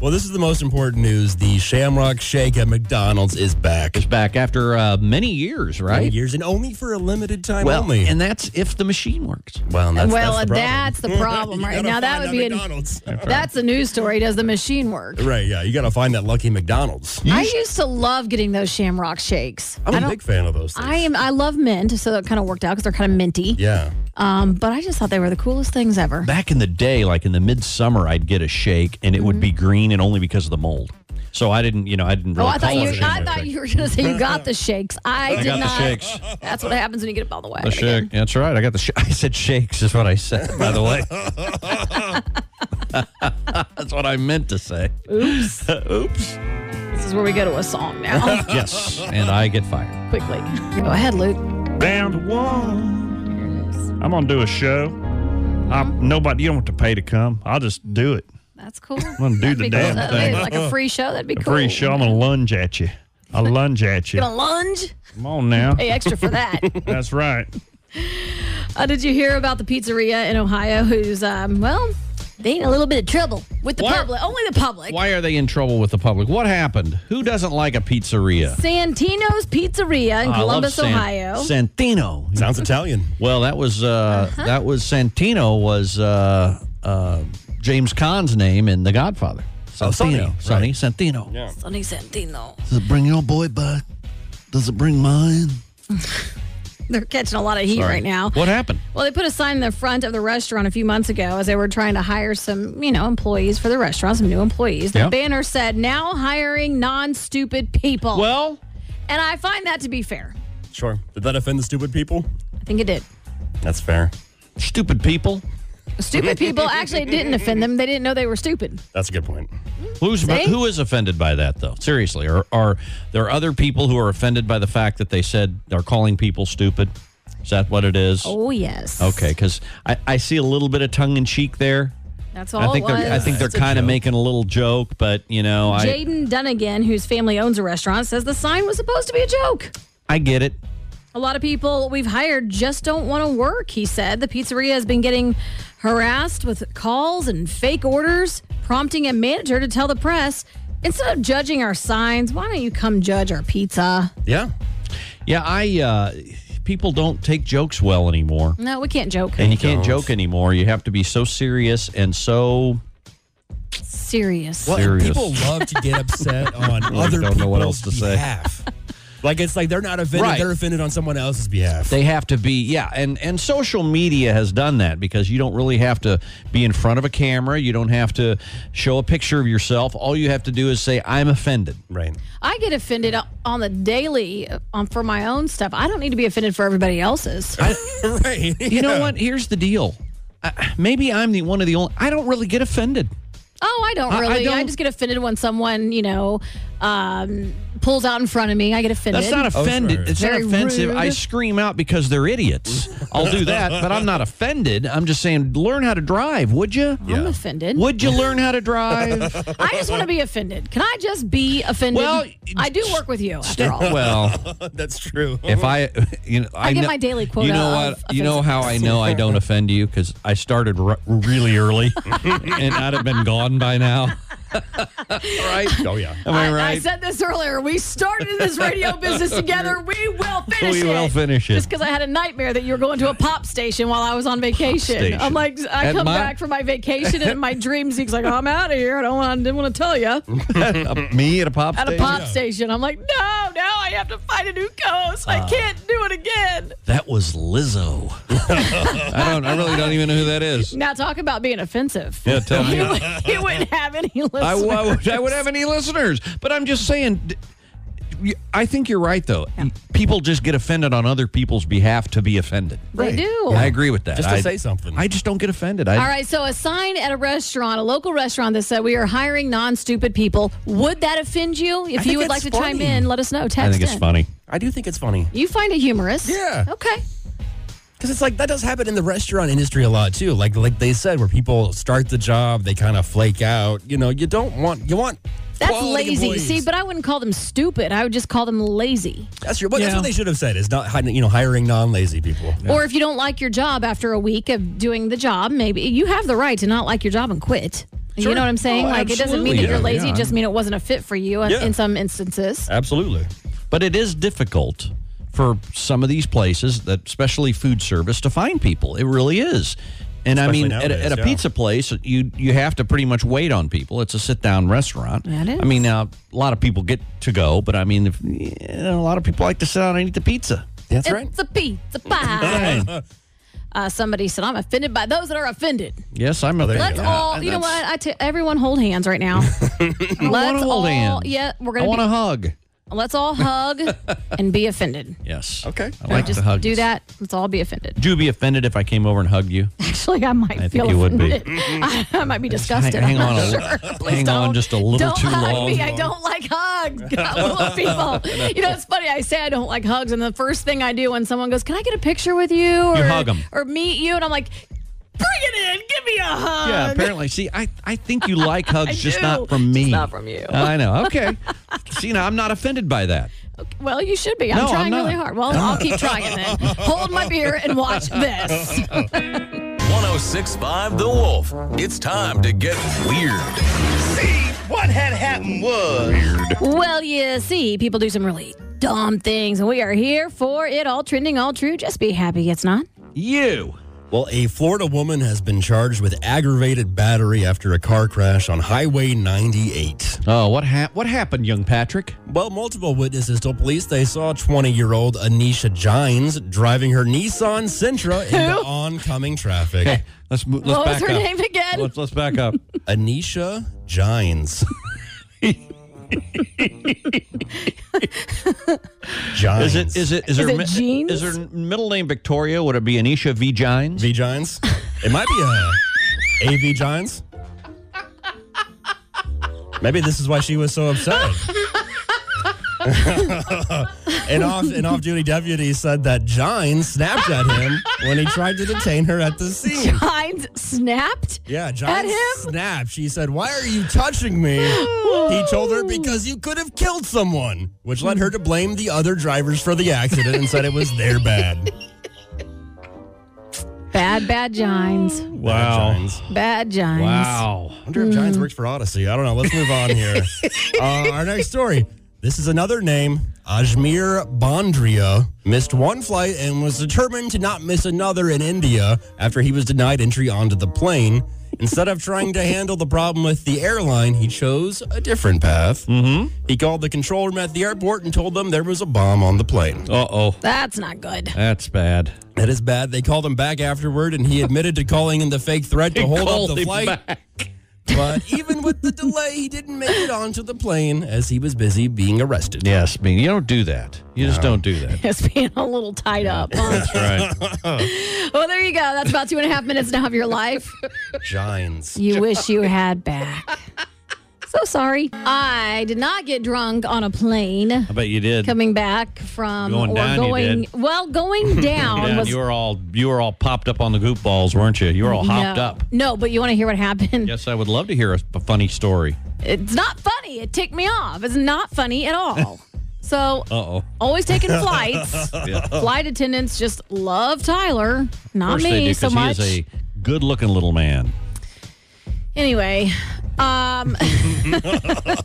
Speaker 16: Well, this is the most important news. The Shamrock Shake at McDonald's is back.
Speaker 15: It's back after uh, many years, right?
Speaker 16: Years and only for a limited time
Speaker 15: well,
Speaker 16: only.
Speaker 15: and that's if the machine works.
Speaker 16: well, that's,
Speaker 14: well,
Speaker 16: that's the problem.
Speaker 14: that's the problem
Speaker 16: You
Speaker 14: right
Speaker 16: gotta
Speaker 14: now. That
Speaker 16: find
Speaker 14: would be a,
Speaker 16: McDonald's.
Speaker 14: that's a news story. Does the machine work?
Speaker 16: Right, yeah. You got to find that lucky McDonald's.
Speaker 14: I used to love getting those Shamrock shakes.
Speaker 16: I'm
Speaker 14: I
Speaker 16: a
Speaker 14: don't-
Speaker 16: big fan of those things.
Speaker 14: I am. I love mint, so that kind of worked out because they're kind of minty.
Speaker 16: yeah.
Speaker 14: Um, but I just thought they were the coolest things ever.
Speaker 15: Back in the day, like in the midsummer, I'd get a shake and it would be green and only because of the mold. So I didn't, you know, I didn't
Speaker 14: Mm-hmm. Oh,
Speaker 15: really. call
Speaker 14: I thought you.
Speaker 15: it a
Speaker 14: I
Speaker 15: shake.
Speaker 14: thought you were going to say you got the shakes. I,
Speaker 15: I
Speaker 14: did
Speaker 15: got the
Speaker 14: not.
Speaker 15: shakes.
Speaker 14: That's what happens when you get up all the way.
Speaker 15: The shake. That's right. I got the. Sh- I said shakes is what I said. By the way, that's what I meant to say.
Speaker 14: Oops.
Speaker 15: Oops.
Speaker 14: This is where we go to a song now.
Speaker 15: Yes, and I get fired.
Speaker 14: Quickly. Go ahead, Luke.
Speaker 17: Round one. I'm gonna do a show. I,
Speaker 14: Uh-huh.
Speaker 17: nobody, you don't have to pay to come. I'll just do it.
Speaker 14: That's cool.
Speaker 17: I'm gonna do
Speaker 14: That'd
Speaker 17: the
Speaker 14: be
Speaker 17: damn
Speaker 14: cool. That'd be
Speaker 17: thing.
Speaker 14: Like a free show. That'd be
Speaker 17: A
Speaker 14: cool.
Speaker 17: free show. I'm gonna lunge at you. I lunge at you.
Speaker 14: Gonna lunge.
Speaker 17: Come on now.
Speaker 14: Pay extra for that.
Speaker 17: That's right.
Speaker 14: Uh, did you hear about the pizzeria in Ohio who's, um, well, they in a little bit of trouble with the
Speaker 15: What?
Speaker 14: public. Only the public.
Speaker 15: Why are they in trouble with the public? What happened? Who doesn't like a pizzeria?
Speaker 14: Santino's Pizzeria in
Speaker 15: Oh, I love
Speaker 14: Columbus,
Speaker 15: San-
Speaker 14: Ohio.
Speaker 15: Santino.
Speaker 16: Sounds Italian.
Speaker 15: Well, that was uh,
Speaker 14: Uh-huh.
Speaker 15: that was Santino was uh, uh, James Caan's name in The Godfather.
Speaker 17: Oh,
Speaker 15: Santino. Sonny Santino.
Speaker 14: Yeah. Sonny Santino.
Speaker 8: Does it bring your boy back? Does it bring mine?
Speaker 14: They're catching a lot of heat
Speaker 8: Sorry.
Speaker 14: right now.
Speaker 15: What happened?
Speaker 14: Well, they put a sign in the front of the restaurant a few months ago as they were trying to hire some, you know, employees for the restaurant, some new employees. The
Speaker 15: Yeah.
Speaker 14: banner said, now hiring non stupid people.
Speaker 15: Well,
Speaker 14: and I find that to be fair.
Speaker 16: Sure. Did that offend the stupid people?
Speaker 14: I think it did.
Speaker 16: That's fair.
Speaker 15: Stupid people.
Speaker 14: Stupid people actually it didn't offend them. They didn't know they were stupid.
Speaker 16: That's a good point.
Speaker 15: Who's
Speaker 14: See?
Speaker 15: who is offended by that though? Seriously, are are there other people who are offended by the fact that they said they're calling people stupid? Is that what it is?
Speaker 14: Oh, yes.
Speaker 15: Okay, because I, I see a little bit of tongue in cheek there.
Speaker 14: Oh, That's all
Speaker 15: I think
Speaker 14: it was.
Speaker 15: they're I think they're kind of making a little joke, but you know I
Speaker 14: Jaden Dunnigan, whose family owns a restaurant, says the sign was supposed to be a joke.
Speaker 15: I get it.
Speaker 14: A lot of people we've hired just don't want to work, he said. The pizzeria has been getting harassed with calls and fake orders, prompting a manager to tell the press instead of judging our signs, why don't you come judge our pizza?
Speaker 15: Yeah, yeah. I uh, people don't take jokes well anymore.
Speaker 14: No, we can't joke.
Speaker 15: And you can't joke anymore. You have to be so serious and so.
Speaker 14: Serious.
Speaker 15: Well, and Serious. people
Speaker 16: love to get upset on
Speaker 15: I
Speaker 16: other
Speaker 15: don't know what
Speaker 16: people's
Speaker 15: else to say.
Speaker 16: behalf. like it's like they're not offended;
Speaker 15: Right.
Speaker 16: they're offended on someone else's behalf.
Speaker 15: They have to be, yeah, and and social media has done that because you don't really have to be in front of a camera. You don't have to show a picture of yourself. All you have to do is say, "I'm offended."
Speaker 16: Right.
Speaker 14: I get offended on the daily on for my own stuff. I don't need to be offended for everybody else's.
Speaker 16: right.
Speaker 15: You know what? Here's the deal. I, maybe I'm the one of the only. I don't really get offended.
Speaker 14: Oh, I don't
Speaker 15: I- I
Speaker 14: really. I,
Speaker 15: don't-
Speaker 14: just get offended when someone, you know, um, pulls out in front of me. I get offended.
Speaker 15: That's not offended. It's
Speaker 14: Very
Speaker 15: not offensive.
Speaker 14: rude.
Speaker 15: I scream out because they're idiots. I'll do that, but I'm not offended. I'm just saying, learn how to drive, would you?
Speaker 14: I'm offended.
Speaker 15: Would you learn how to drive?
Speaker 14: I just want to be offended. Can I just be offended?
Speaker 15: Well,
Speaker 14: I do work with you after all.
Speaker 15: well,
Speaker 16: that's true.
Speaker 15: if I, you know,
Speaker 14: Mm-hmm. I get my daily quota
Speaker 15: You know
Speaker 14: of
Speaker 15: what? You know how I know I don't offend you because I started r- really early, and I'd have been gone by now. right?
Speaker 16: Oh yeah.
Speaker 15: Am I,
Speaker 14: I,
Speaker 15: right?
Speaker 14: I said this earlier. We started in this radio business together. We will finish
Speaker 15: We
Speaker 14: it.
Speaker 15: will finish it.
Speaker 14: Just because I had a nightmare that you were going to a pop station while I was on vacation.
Speaker 15: station.
Speaker 14: I'm like, I
Speaker 15: At
Speaker 14: come
Speaker 15: my-
Speaker 14: back from my vacation and in my dreams, he's like, I'm out of here. I don't want. I didn't want to tell you.
Speaker 15: Me at a pop
Speaker 14: At a
Speaker 15: station?
Speaker 14: pop station, I'm like, no, now I have to find a new ghost. I
Speaker 15: Ah.
Speaker 14: can't do it again.
Speaker 15: That was Lizzo. I don't. I really don't even know who that is.
Speaker 14: Now talk about being offensive.
Speaker 15: Yeah, tell me.
Speaker 14: You, would, you wouldn't have any listeners.
Speaker 15: I, w- I would, I would have any listeners. But I'm just saying, d- you- I think you're right, though. People just get offended on other people's behalf to be offended.
Speaker 14: They Right. do.
Speaker 15: I agree with that.
Speaker 16: Just to
Speaker 15: I-
Speaker 16: say something.
Speaker 15: I just don't get offended. I,
Speaker 14: All right, so a sign at a restaurant, a local restaurant that said we are hiring non-stupid people. Would that offend you? If
Speaker 16: think
Speaker 14: you would
Speaker 16: it's
Speaker 14: like to chime
Speaker 16: funny.
Speaker 14: in, let us know. Text
Speaker 15: I think it's
Speaker 14: in.
Speaker 15: funny.
Speaker 16: I do think it's funny
Speaker 14: You find it humorous?
Speaker 16: Yeah.
Speaker 14: Okay.
Speaker 16: because it's like that does happen in the restaurant industry a lot too. Like like they said, where people start the job, they kind of flake out. You know, you don't want you want.
Speaker 14: That's
Speaker 16: quality
Speaker 14: lazy.
Speaker 16: employees.
Speaker 14: See, but I wouldn't call them stupid. I would just call them lazy.
Speaker 16: That's your. Well, That's
Speaker 14: Yeah.
Speaker 16: what they should have said. Is not hi- you know hiring non lazy people.
Speaker 14: Or if you don't like your job after a week of doing the job, maybe you have the right to not like your job and quit. You
Speaker 16: Sure.
Speaker 14: know what I'm saying?
Speaker 16: Oh,
Speaker 14: like it doesn't mean
Speaker 15: absolutely.
Speaker 14: that you're
Speaker 15: Yeah,
Speaker 14: lazy,
Speaker 15: yeah.
Speaker 14: it just mean it wasn't a fit for you in-
Speaker 15: Yeah.
Speaker 14: in some instances.
Speaker 15: Absolutely. But it is difficult for some of these places, that especially food service, to find people. It really is. And
Speaker 16: Especially
Speaker 15: I mean, at, a-
Speaker 16: nowadays,
Speaker 15: at a
Speaker 16: yeah.
Speaker 15: pizza place, you you have to pretty much wait on people. It's a sit down restaurant.
Speaker 14: Yeah, it is.
Speaker 15: I mean, now a lot of people get to go, but I mean, if, you know, a lot of people like to sit down and eat the pizza.
Speaker 16: That's
Speaker 14: it's a pizza pie. Uh, somebody said, I'm offended by those that are offended.
Speaker 15: Yes, I'm. a
Speaker 14: Let's all, you know what? I t- everyone hold hands right now.
Speaker 15: I don't want
Speaker 14: Let's
Speaker 15: to hold
Speaker 14: all,
Speaker 15: hands.
Speaker 14: yeah, we're
Speaker 15: I
Speaker 14: gonna
Speaker 15: want
Speaker 14: be-
Speaker 15: a hug.
Speaker 14: Let's all hug and be offended.
Speaker 15: Yes. Okay. I
Speaker 14: Or
Speaker 15: like
Speaker 14: just
Speaker 15: the hug.
Speaker 14: do that. Let's all be offended.
Speaker 15: Would you be offended if I came over and hugged you?
Speaker 14: Actually, I might
Speaker 15: I
Speaker 14: feel
Speaker 15: think you would be.
Speaker 14: offended. I might be disgusted.
Speaker 15: hang
Speaker 14: I'm not
Speaker 15: on a-
Speaker 14: sure. Please
Speaker 15: hang
Speaker 14: don't.
Speaker 15: on just a little
Speaker 14: don't
Speaker 15: too
Speaker 14: hug
Speaker 15: long.
Speaker 14: Me. I don't like hugs. I love people. You know, it's funny. I say I don't like hugs, and the first thing I do when someone goes, "Can I get a picture with you?" or
Speaker 15: hug 'em.
Speaker 14: or meet you, and I'm like, "Bring it in. Give me a hug."
Speaker 15: Yeah, apparently. See, I, I think you like
Speaker 14: I
Speaker 15: hugs, just
Speaker 14: do.
Speaker 15: not from me.
Speaker 14: Just not from you.
Speaker 15: I know. Okay. see, now I'm not offended by that.
Speaker 14: Well, you should be. I'm
Speaker 15: No, I'm
Speaker 14: trying
Speaker 15: not.
Speaker 14: really hard. Well, I'll keep trying then. Hold my beer and watch this.
Speaker 1: 1065 The Wolf. It's time to get weird.
Speaker 13: See, what had happened was.
Speaker 14: Well, you see, people do some really dumb things, and we are here for it all. Trending all true. Just be happy it's not.
Speaker 15: You.
Speaker 16: Well, a Florida woman has been charged with aggravated battery after a car crash on Highway 98.
Speaker 15: Oh, what hap- what happened, young Patrick?
Speaker 16: Well, multiple witnesses told police they saw 20-year-old Anisha Gines driving her Nissan Sentra into oncoming traffic.
Speaker 15: Hey, let's mo- let's
Speaker 14: What was
Speaker 15: back
Speaker 14: her
Speaker 15: up.
Speaker 14: name again?
Speaker 15: Let's let's back up.
Speaker 16: Anisha Gines. Gines.
Speaker 15: Is it is it is,
Speaker 14: Is
Speaker 15: her
Speaker 14: it
Speaker 15: mi-
Speaker 14: Jeans?
Speaker 15: is her middle name Victoria? Would it be Anisha V Gines?
Speaker 16: V Gines? It might be a AV Gines. Maybe this is why she was so upset. an off an off duty deputy said that Gines snapped at him when he tried to detain her at the scene.
Speaker 14: Hines snapped.
Speaker 16: Yeah,
Speaker 14: At
Speaker 16: Gines
Speaker 14: him?
Speaker 16: snapped. She said, Why are you touching me? He told her because you could have killed someone, which led her to blame the other drivers for the accident and said it was their bad.
Speaker 14: Bad, bad Gines.
Speaker 16: Wow.
Speaker 14: Bad Gines.
Speaker 15: Oh. Wow.
Speaker 16: I wonder if Giants works for Odyssey. I don't know. Let's move on here. uh, our next story. This is another name. Ajmer Bondria missed one flight and was determined to not miss another in India after he was denied entry onto the plane. Instead of trying to handle the problem with the airline, he chose a different path. Mm-hmm. He called the control room at the airport and told them there was a bomb on the plane.
Speaker 15: Uh oh.
Speaker 14: That's not good.
Speaker 15: That's bad.
Speaker 16: That is bad. They called him back afterward, and he admitted to calling in the fake threat to
Speaker 15: They
Speaker 16: hold
Speaker 15: called
Speaker 16: up the
Speaker 15: him
Speaker 16: flight. But even with the delay, he didn't make it onto the plane as he was busy being arrested.
Speaker 15: Yes, I mean you don't do that. You just don't do that.
Speaker 14: It's being a little tied up. huh?
Speaker 15: That's right.
Speaker 14: well, there you go. That's about two and a half minutes now of your life.
Speaker 16: Gines.
Speaker 14: You wish you had back. So sorry. I did not get drunk on a plane
Speaker 15: I bet you did.
Speaker 14: coming back from
Speaker 15: Going
Speaker 14: or
Speaker 15: down, you
Speaker 14: going
Speaker 15: did.
Speaker 14: well, going down
Speaker 15: Yeah,
Speaker 14: was
Speaker 15: you were all you were all popped up on the goop balls, weren't you? You were all hopped
Speaker 14: no,
Speaker 15: up.
Speaker 14: No, but you want to hear what happened?
Speaker 15: Yes, I would love to hear a, a funny story.
Speaker 14: It's not funny. It ticked me off. It's not funny at all. so
Speaker 15: Uh oh.
Speaker 14: always taking flights.
Speaker 15: Yeah.
Speaker 14: Flight attendants just love Tyler,
Speaker 15: Of
Speaker 14: not
Speaker 15: course they
Speaker 14: me
Speaker 15: do,
Speaker 14: so
Speaker 15: 'cause
Speaker 14: much.
Speaker 15: He is a good-looking little man.
Speaker 14: Anyway, um,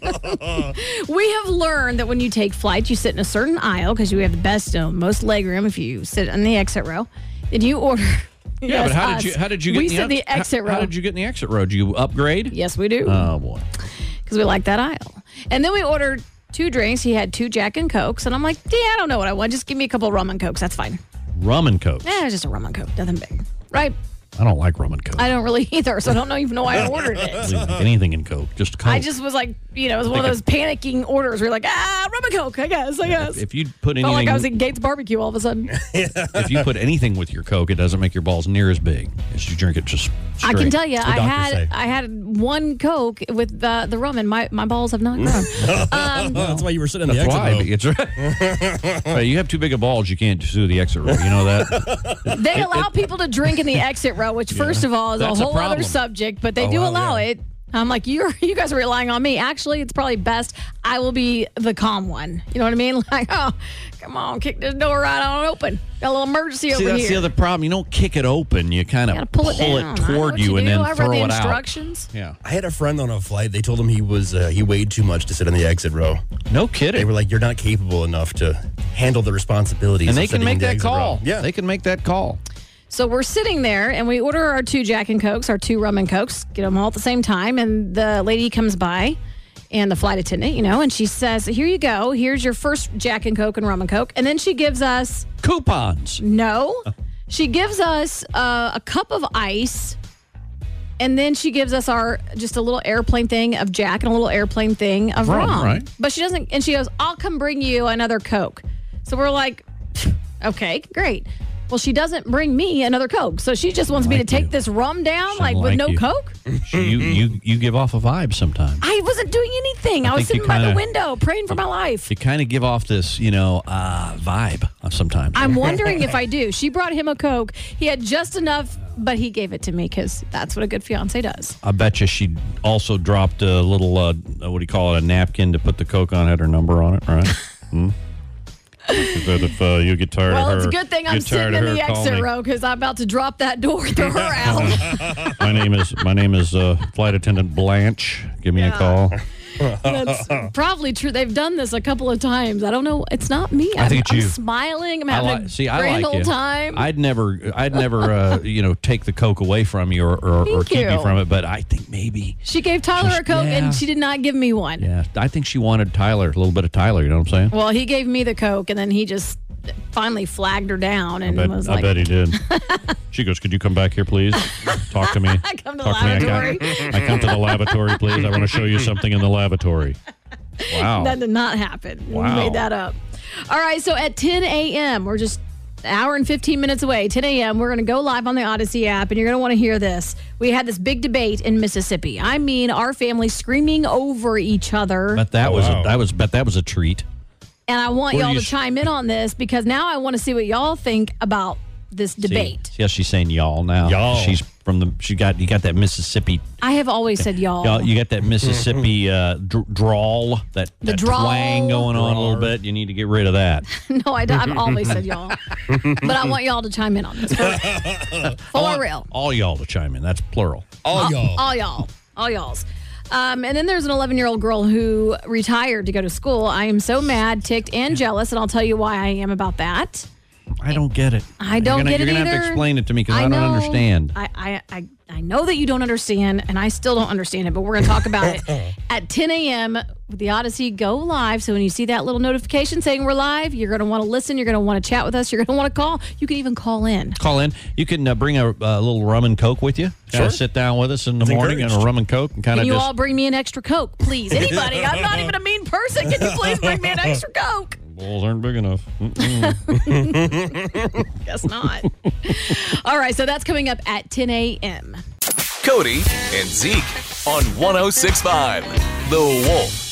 Speaker 14: we have learned that when you take flights, you sit in a certain aisle because you have the best, uh, most leg room if you sit in the exit row. Did you order?
Speaker 15: Yeah,
Speaker 14: Yes,
Speaker 15: but how
Speaker 14: us.
Speaker 15: did you how did you get
Speaker 14: we
Speaker 15: in the,
Speaker 14: sit
Speaker 15: ex-
Speaker 14: in the exit
Speaker 15: how,
Speaker 14: row?
Speaker 15: How did you get in the exit row? Do you upgrade?
Speaker 14: yes, we do
Speaker 15: Oh boy.
Speaker 14: because we like that aisle. And then we ordered two drinks. He had two Jack and Cokes, and I'm like, yeah, I don't know what I want. Just give me a couple rum and Cokes. That's fine.
Speaker 15: Rum and Coke.
Speaker 14: Eh, it's just a rum and Coke, nothing big, right?
Speaker 15: I don't like rum and Coke.
Speaker 14: I don't really either, so I don't know even know why I ordered
Speaker 15: I
Speaker 14: it.
Speaker 15: don't like anything in Coke. Just Coke.
Speaker 14: I just was like, you know, it was one of those panicking orders where you're like, ah, rum and coke, I guess, I guess.
Speaker 15: if you put
Speaker 14: Felt like I was
Speaker 15: anything
Speaker 14: at Gates Barbecue all of a sudden.
Speaker 15: if you put anything with your Coke, it doesn't make your balls near as big as you drink it just
Speaker 14: I
Speaker 15: straight.
Speaker 14: can tell you, I
Speaker 16: doctor
Speaker 14: had
Speaker 16: say?
Speaker 14: I had one coke with the the rum, and my, my balls have not grown. um,
Speaker 16: Well, that's why you were sitting in the
Speaker 15: That's
Speaker 16: exit
Speaker 15: why.
Speaker 16: row.
Speaker 15: but It's right. But you have too big of balls. You can't do the exit row. You know that.
Speaker 14: they allow people to drink in the exit row, which first of all is
Speaker 15: That's a
Speaker 14: a whole other
Speaker 15: problem. Oh,
Speaker 14: subject, but they do
Speaker 16: wow,
Speaker 14: allow
Speaker 16: yeah.
Speaker 14: it. I'm like, you are you guys are relying on me. Actually, it's probably best I will be the calm one. You know what I mean? Like, oh, come on, kick this door right on open. Got a little emergency
Speaker 15: See,
Speaker 14: over
Speaker 15: that's
Speaker 14: here.
Speaker 15: the other problem. You don't kick it open. You kind
Speaker 14: Gotta
Speaker 15: of
Speaker 14: pull it down. I know
Speaker 15: toward
Speaker 14: what
Speaker 15: you, and
Speaker 14: do.
Speaker 15: then
Speaker 14: I read
Speaker 15: throw
Speaker 14: the
Speaker 15: it out.
Speaker 14: instructions.
Speaker 15: Yeah.
Speaker 16: I had a friend on a flight. They told him he was uh, he weighed too much to sit in the exit row.
Speaker 15: No
Speaker 16: They
Speaker 15: kidding.
Speaker 16: were like, "You're not capable enough to handle the responsibilities."
Speaker 15: and
Speaker 16: of
Speaker 15: they
Speaker 16: sitting
Speaker 15: can
Speaker 16: in
Speaker 15: make
Speaker 16: the
Speaker 15: that
Speaker 16: exit row."
Speaker 15: call.
Speaker 16: Yeah,
Speaker 15: They can make that call.
Speaker 14: So we're sitting there and we order our two Jack and Cokes, our two rum and Cokes, get them all at the same time. And the lady comes by and the flight attendant, you know, and she says, Here you go. Here's your first Jack and Coke and rum and Coke. And then she gives us
Speaker 15: Coupons.
Speaker 14: no.
Speaker 15: Oh.
Speaker 14: She gives us uh, a cup of ice. And then she gives us our just a little airplane thing of Jack and a little airplane thing of
Speaker 15: Rum,
Speaker 14: rum.
Speaker 15: right.
Speaker 14: But she doesn't, and she goes, I'll come bring you another Coke. So we're like, okay, great. Well, she doesn't bring me another Coke. So she just wants me to
Speaker 15: like
Speaker 14: take
Speaker 15: you.
Speaker 14: this rum down,
Speaker 15: She
Speaker 14: like with
Speaker 15: like
Speaker 14: no
Speaker 15: you.
Speaker 14: Coke.
Speaker 15: you you you give off a vibe sometimes.
Speaker 14: I wasn't doing anything. I, was
Speaker 15: think you
Speaker 14: sitting by the
Speaker 15: kinda-
Speaker 14: window praying for my life.
Speaker 15: You kind of give off this, you know, uh, vibe sometimes.
Speaker 14: I'm wondering if I do. She brought him a Coke. He had just enough, but he gave it to me because that's what a good fiance does.
Speaker 15: I bet you she also dropped a little, uh, what do you call it, a napkin to put the Coke on, had her number on it, right? Hmm? But if uh, you get tired
Speaker 14: Well,
Speaker 15: of her,
Speaker 14: it's a good thing I'm
Speaker 15: get tired
Speaker 14: sitting in
Speaker 15: of
Speaker 14: the
Speaker 15: her, call
Speaker 14: exit
Speaker 15: me.
Speaker 14: row because I'm about to drop that door, throw her out.
Speaker 15: My name is my name is uh, flight attendant Blanche. Give me a call.
Speaker 14: That's probably true. They've done this a couple of times. I don't know. It's not me.
Speaker 15: I
Speaker 14: I'm-
Speaker 15: think it's
Speaker 14: I'm
Speaker 15: you.
Speaker 14: smiling. I'm
Speaker 15: I
Speaker 14: having
Speaker 15: like,
Speaker 14: a
Speaker 15: see, I
Speaker 14: grand
Speaker 15: like
Speaker 14: old
Speaker 15: you.
Speaker 14: time.
Speaker 15: I'd never, I'd never, uh, you know, take the Coke away from you or, or, or
Speaker 14: Thank
Speaker 15: keep you.
Speaker 14: you.
Speaker 15: from it. But I think maybe,
Speaker 14: she gave Tyler
Speaker 15: She's-
Speaker 14: a Coke
Speaker 15: yeah.
Speaker 14: and she did not give me one.
Speaker 15: yeah, I think she wanted Tyler, a little bit of Tyler. You know what I'm saying?
Speaker 14: Well, he gave me the Coke and then he just finally flagged her down and
Speaker 15: I bet,
Speaker 14: was
Speaker 15: I
Speaker 14: like,
Speaker 15: bet he did. she goes, "Could you come back here, please? Talk to me.
Speaker 14: Come to the
Speaker 15: Talk to me. I got- I
Speaker 14: lavatory."
Speaker 15: come, to the lavatory, please. I want to show you something in the lavatory." Wow.
Speaker 14: That did not happen. You
Speaker 15: Wow.
Speaker 14: Made that up. All right. So at 10 a.m., we're just an hour and 15 minutes away. 10 a.m., we're going to go live on the Odyssey app, and you're going to want to hear this. We had this big debate in Mississippi. I mean, our family screaming over each other.
Speaker 15: But that was a, that was but that was a treat.
Speaker 14: and I want
Speaker 15: Where
Speaker 14: y'all
Speaker 15: you
Speaker 14: to
Speaker 15: sh-
Speaker 14: chime in on this because now I want to see what y'all think about this debate.
Speaker 15: Yeah, she's saying y'all now.
Speaker 16: Y'all.
Speaker 15: She's from the. She got you got that Mississippi.
Speaker 14: I have always said y'all.
Speaker 15: Y'all, you got that Mississippi uh, dr- drawl. That,
Speaker 14: The
Speaker 15: that
Speaker 14: drawl.
Speaker 15: twang going on a little bit. You need to get rid of that.
Speaker 14: no, I don't. I've always said y'all. But I want y'all to chime in on this. For, for real.
Speaker 15: all y'all to chime in. That's plural.
Speaker 14: all, all y'all, all y'all's. Um, and then there's an 11 year old girl who retired to go to school. I am so mad, ticked, and jealous, and I'll tell you why I am about that.
Speaker 15: I don't get it.
Speaker 14: I don't
Speaker 15: you're gonna,
Speaker 14: get it
Speaker 15: You're gonna have
Speaker 14: either.
Speaker 15: to explain it to me because I, don't
Speaker 14: know-
Speaker 15: understand.
Speaker 14: I, I, I, I know that you don't understand, and I still don't understand it, but we're going to talk about it at 10 a.m. with the Odyssey Go Live. So when you see that little notification saying we're live, you're going to want to listen. You're going to want to chat with us. You're going to want to call. You can even call in.
Speaker 15: Call in. You can uh, bring a, a little rum and coke with you. Kinda
Speaker 16: Sure.
Speaker 15: Sit down with us in the
Speaker 16: It's
Speaker 15: morning and a
Speaker 16: encouraged.
Speaker 15: rum and coke and kind
Speaker 14: Can
Speaker 15: of
Speaker 14: you
Speaker 15: just.
Speaker 14: all bring me an extra Coke, please? Anybody? I'm not even a mean person. Can you please bring me an extra Coke?
Speaker 15: balls aren't big enough.
Speaker 14: Guess not. All right, so that's coming up at 10 a.m.
Speaker 1: oh Cody and Zeke on 1065 The Wolf.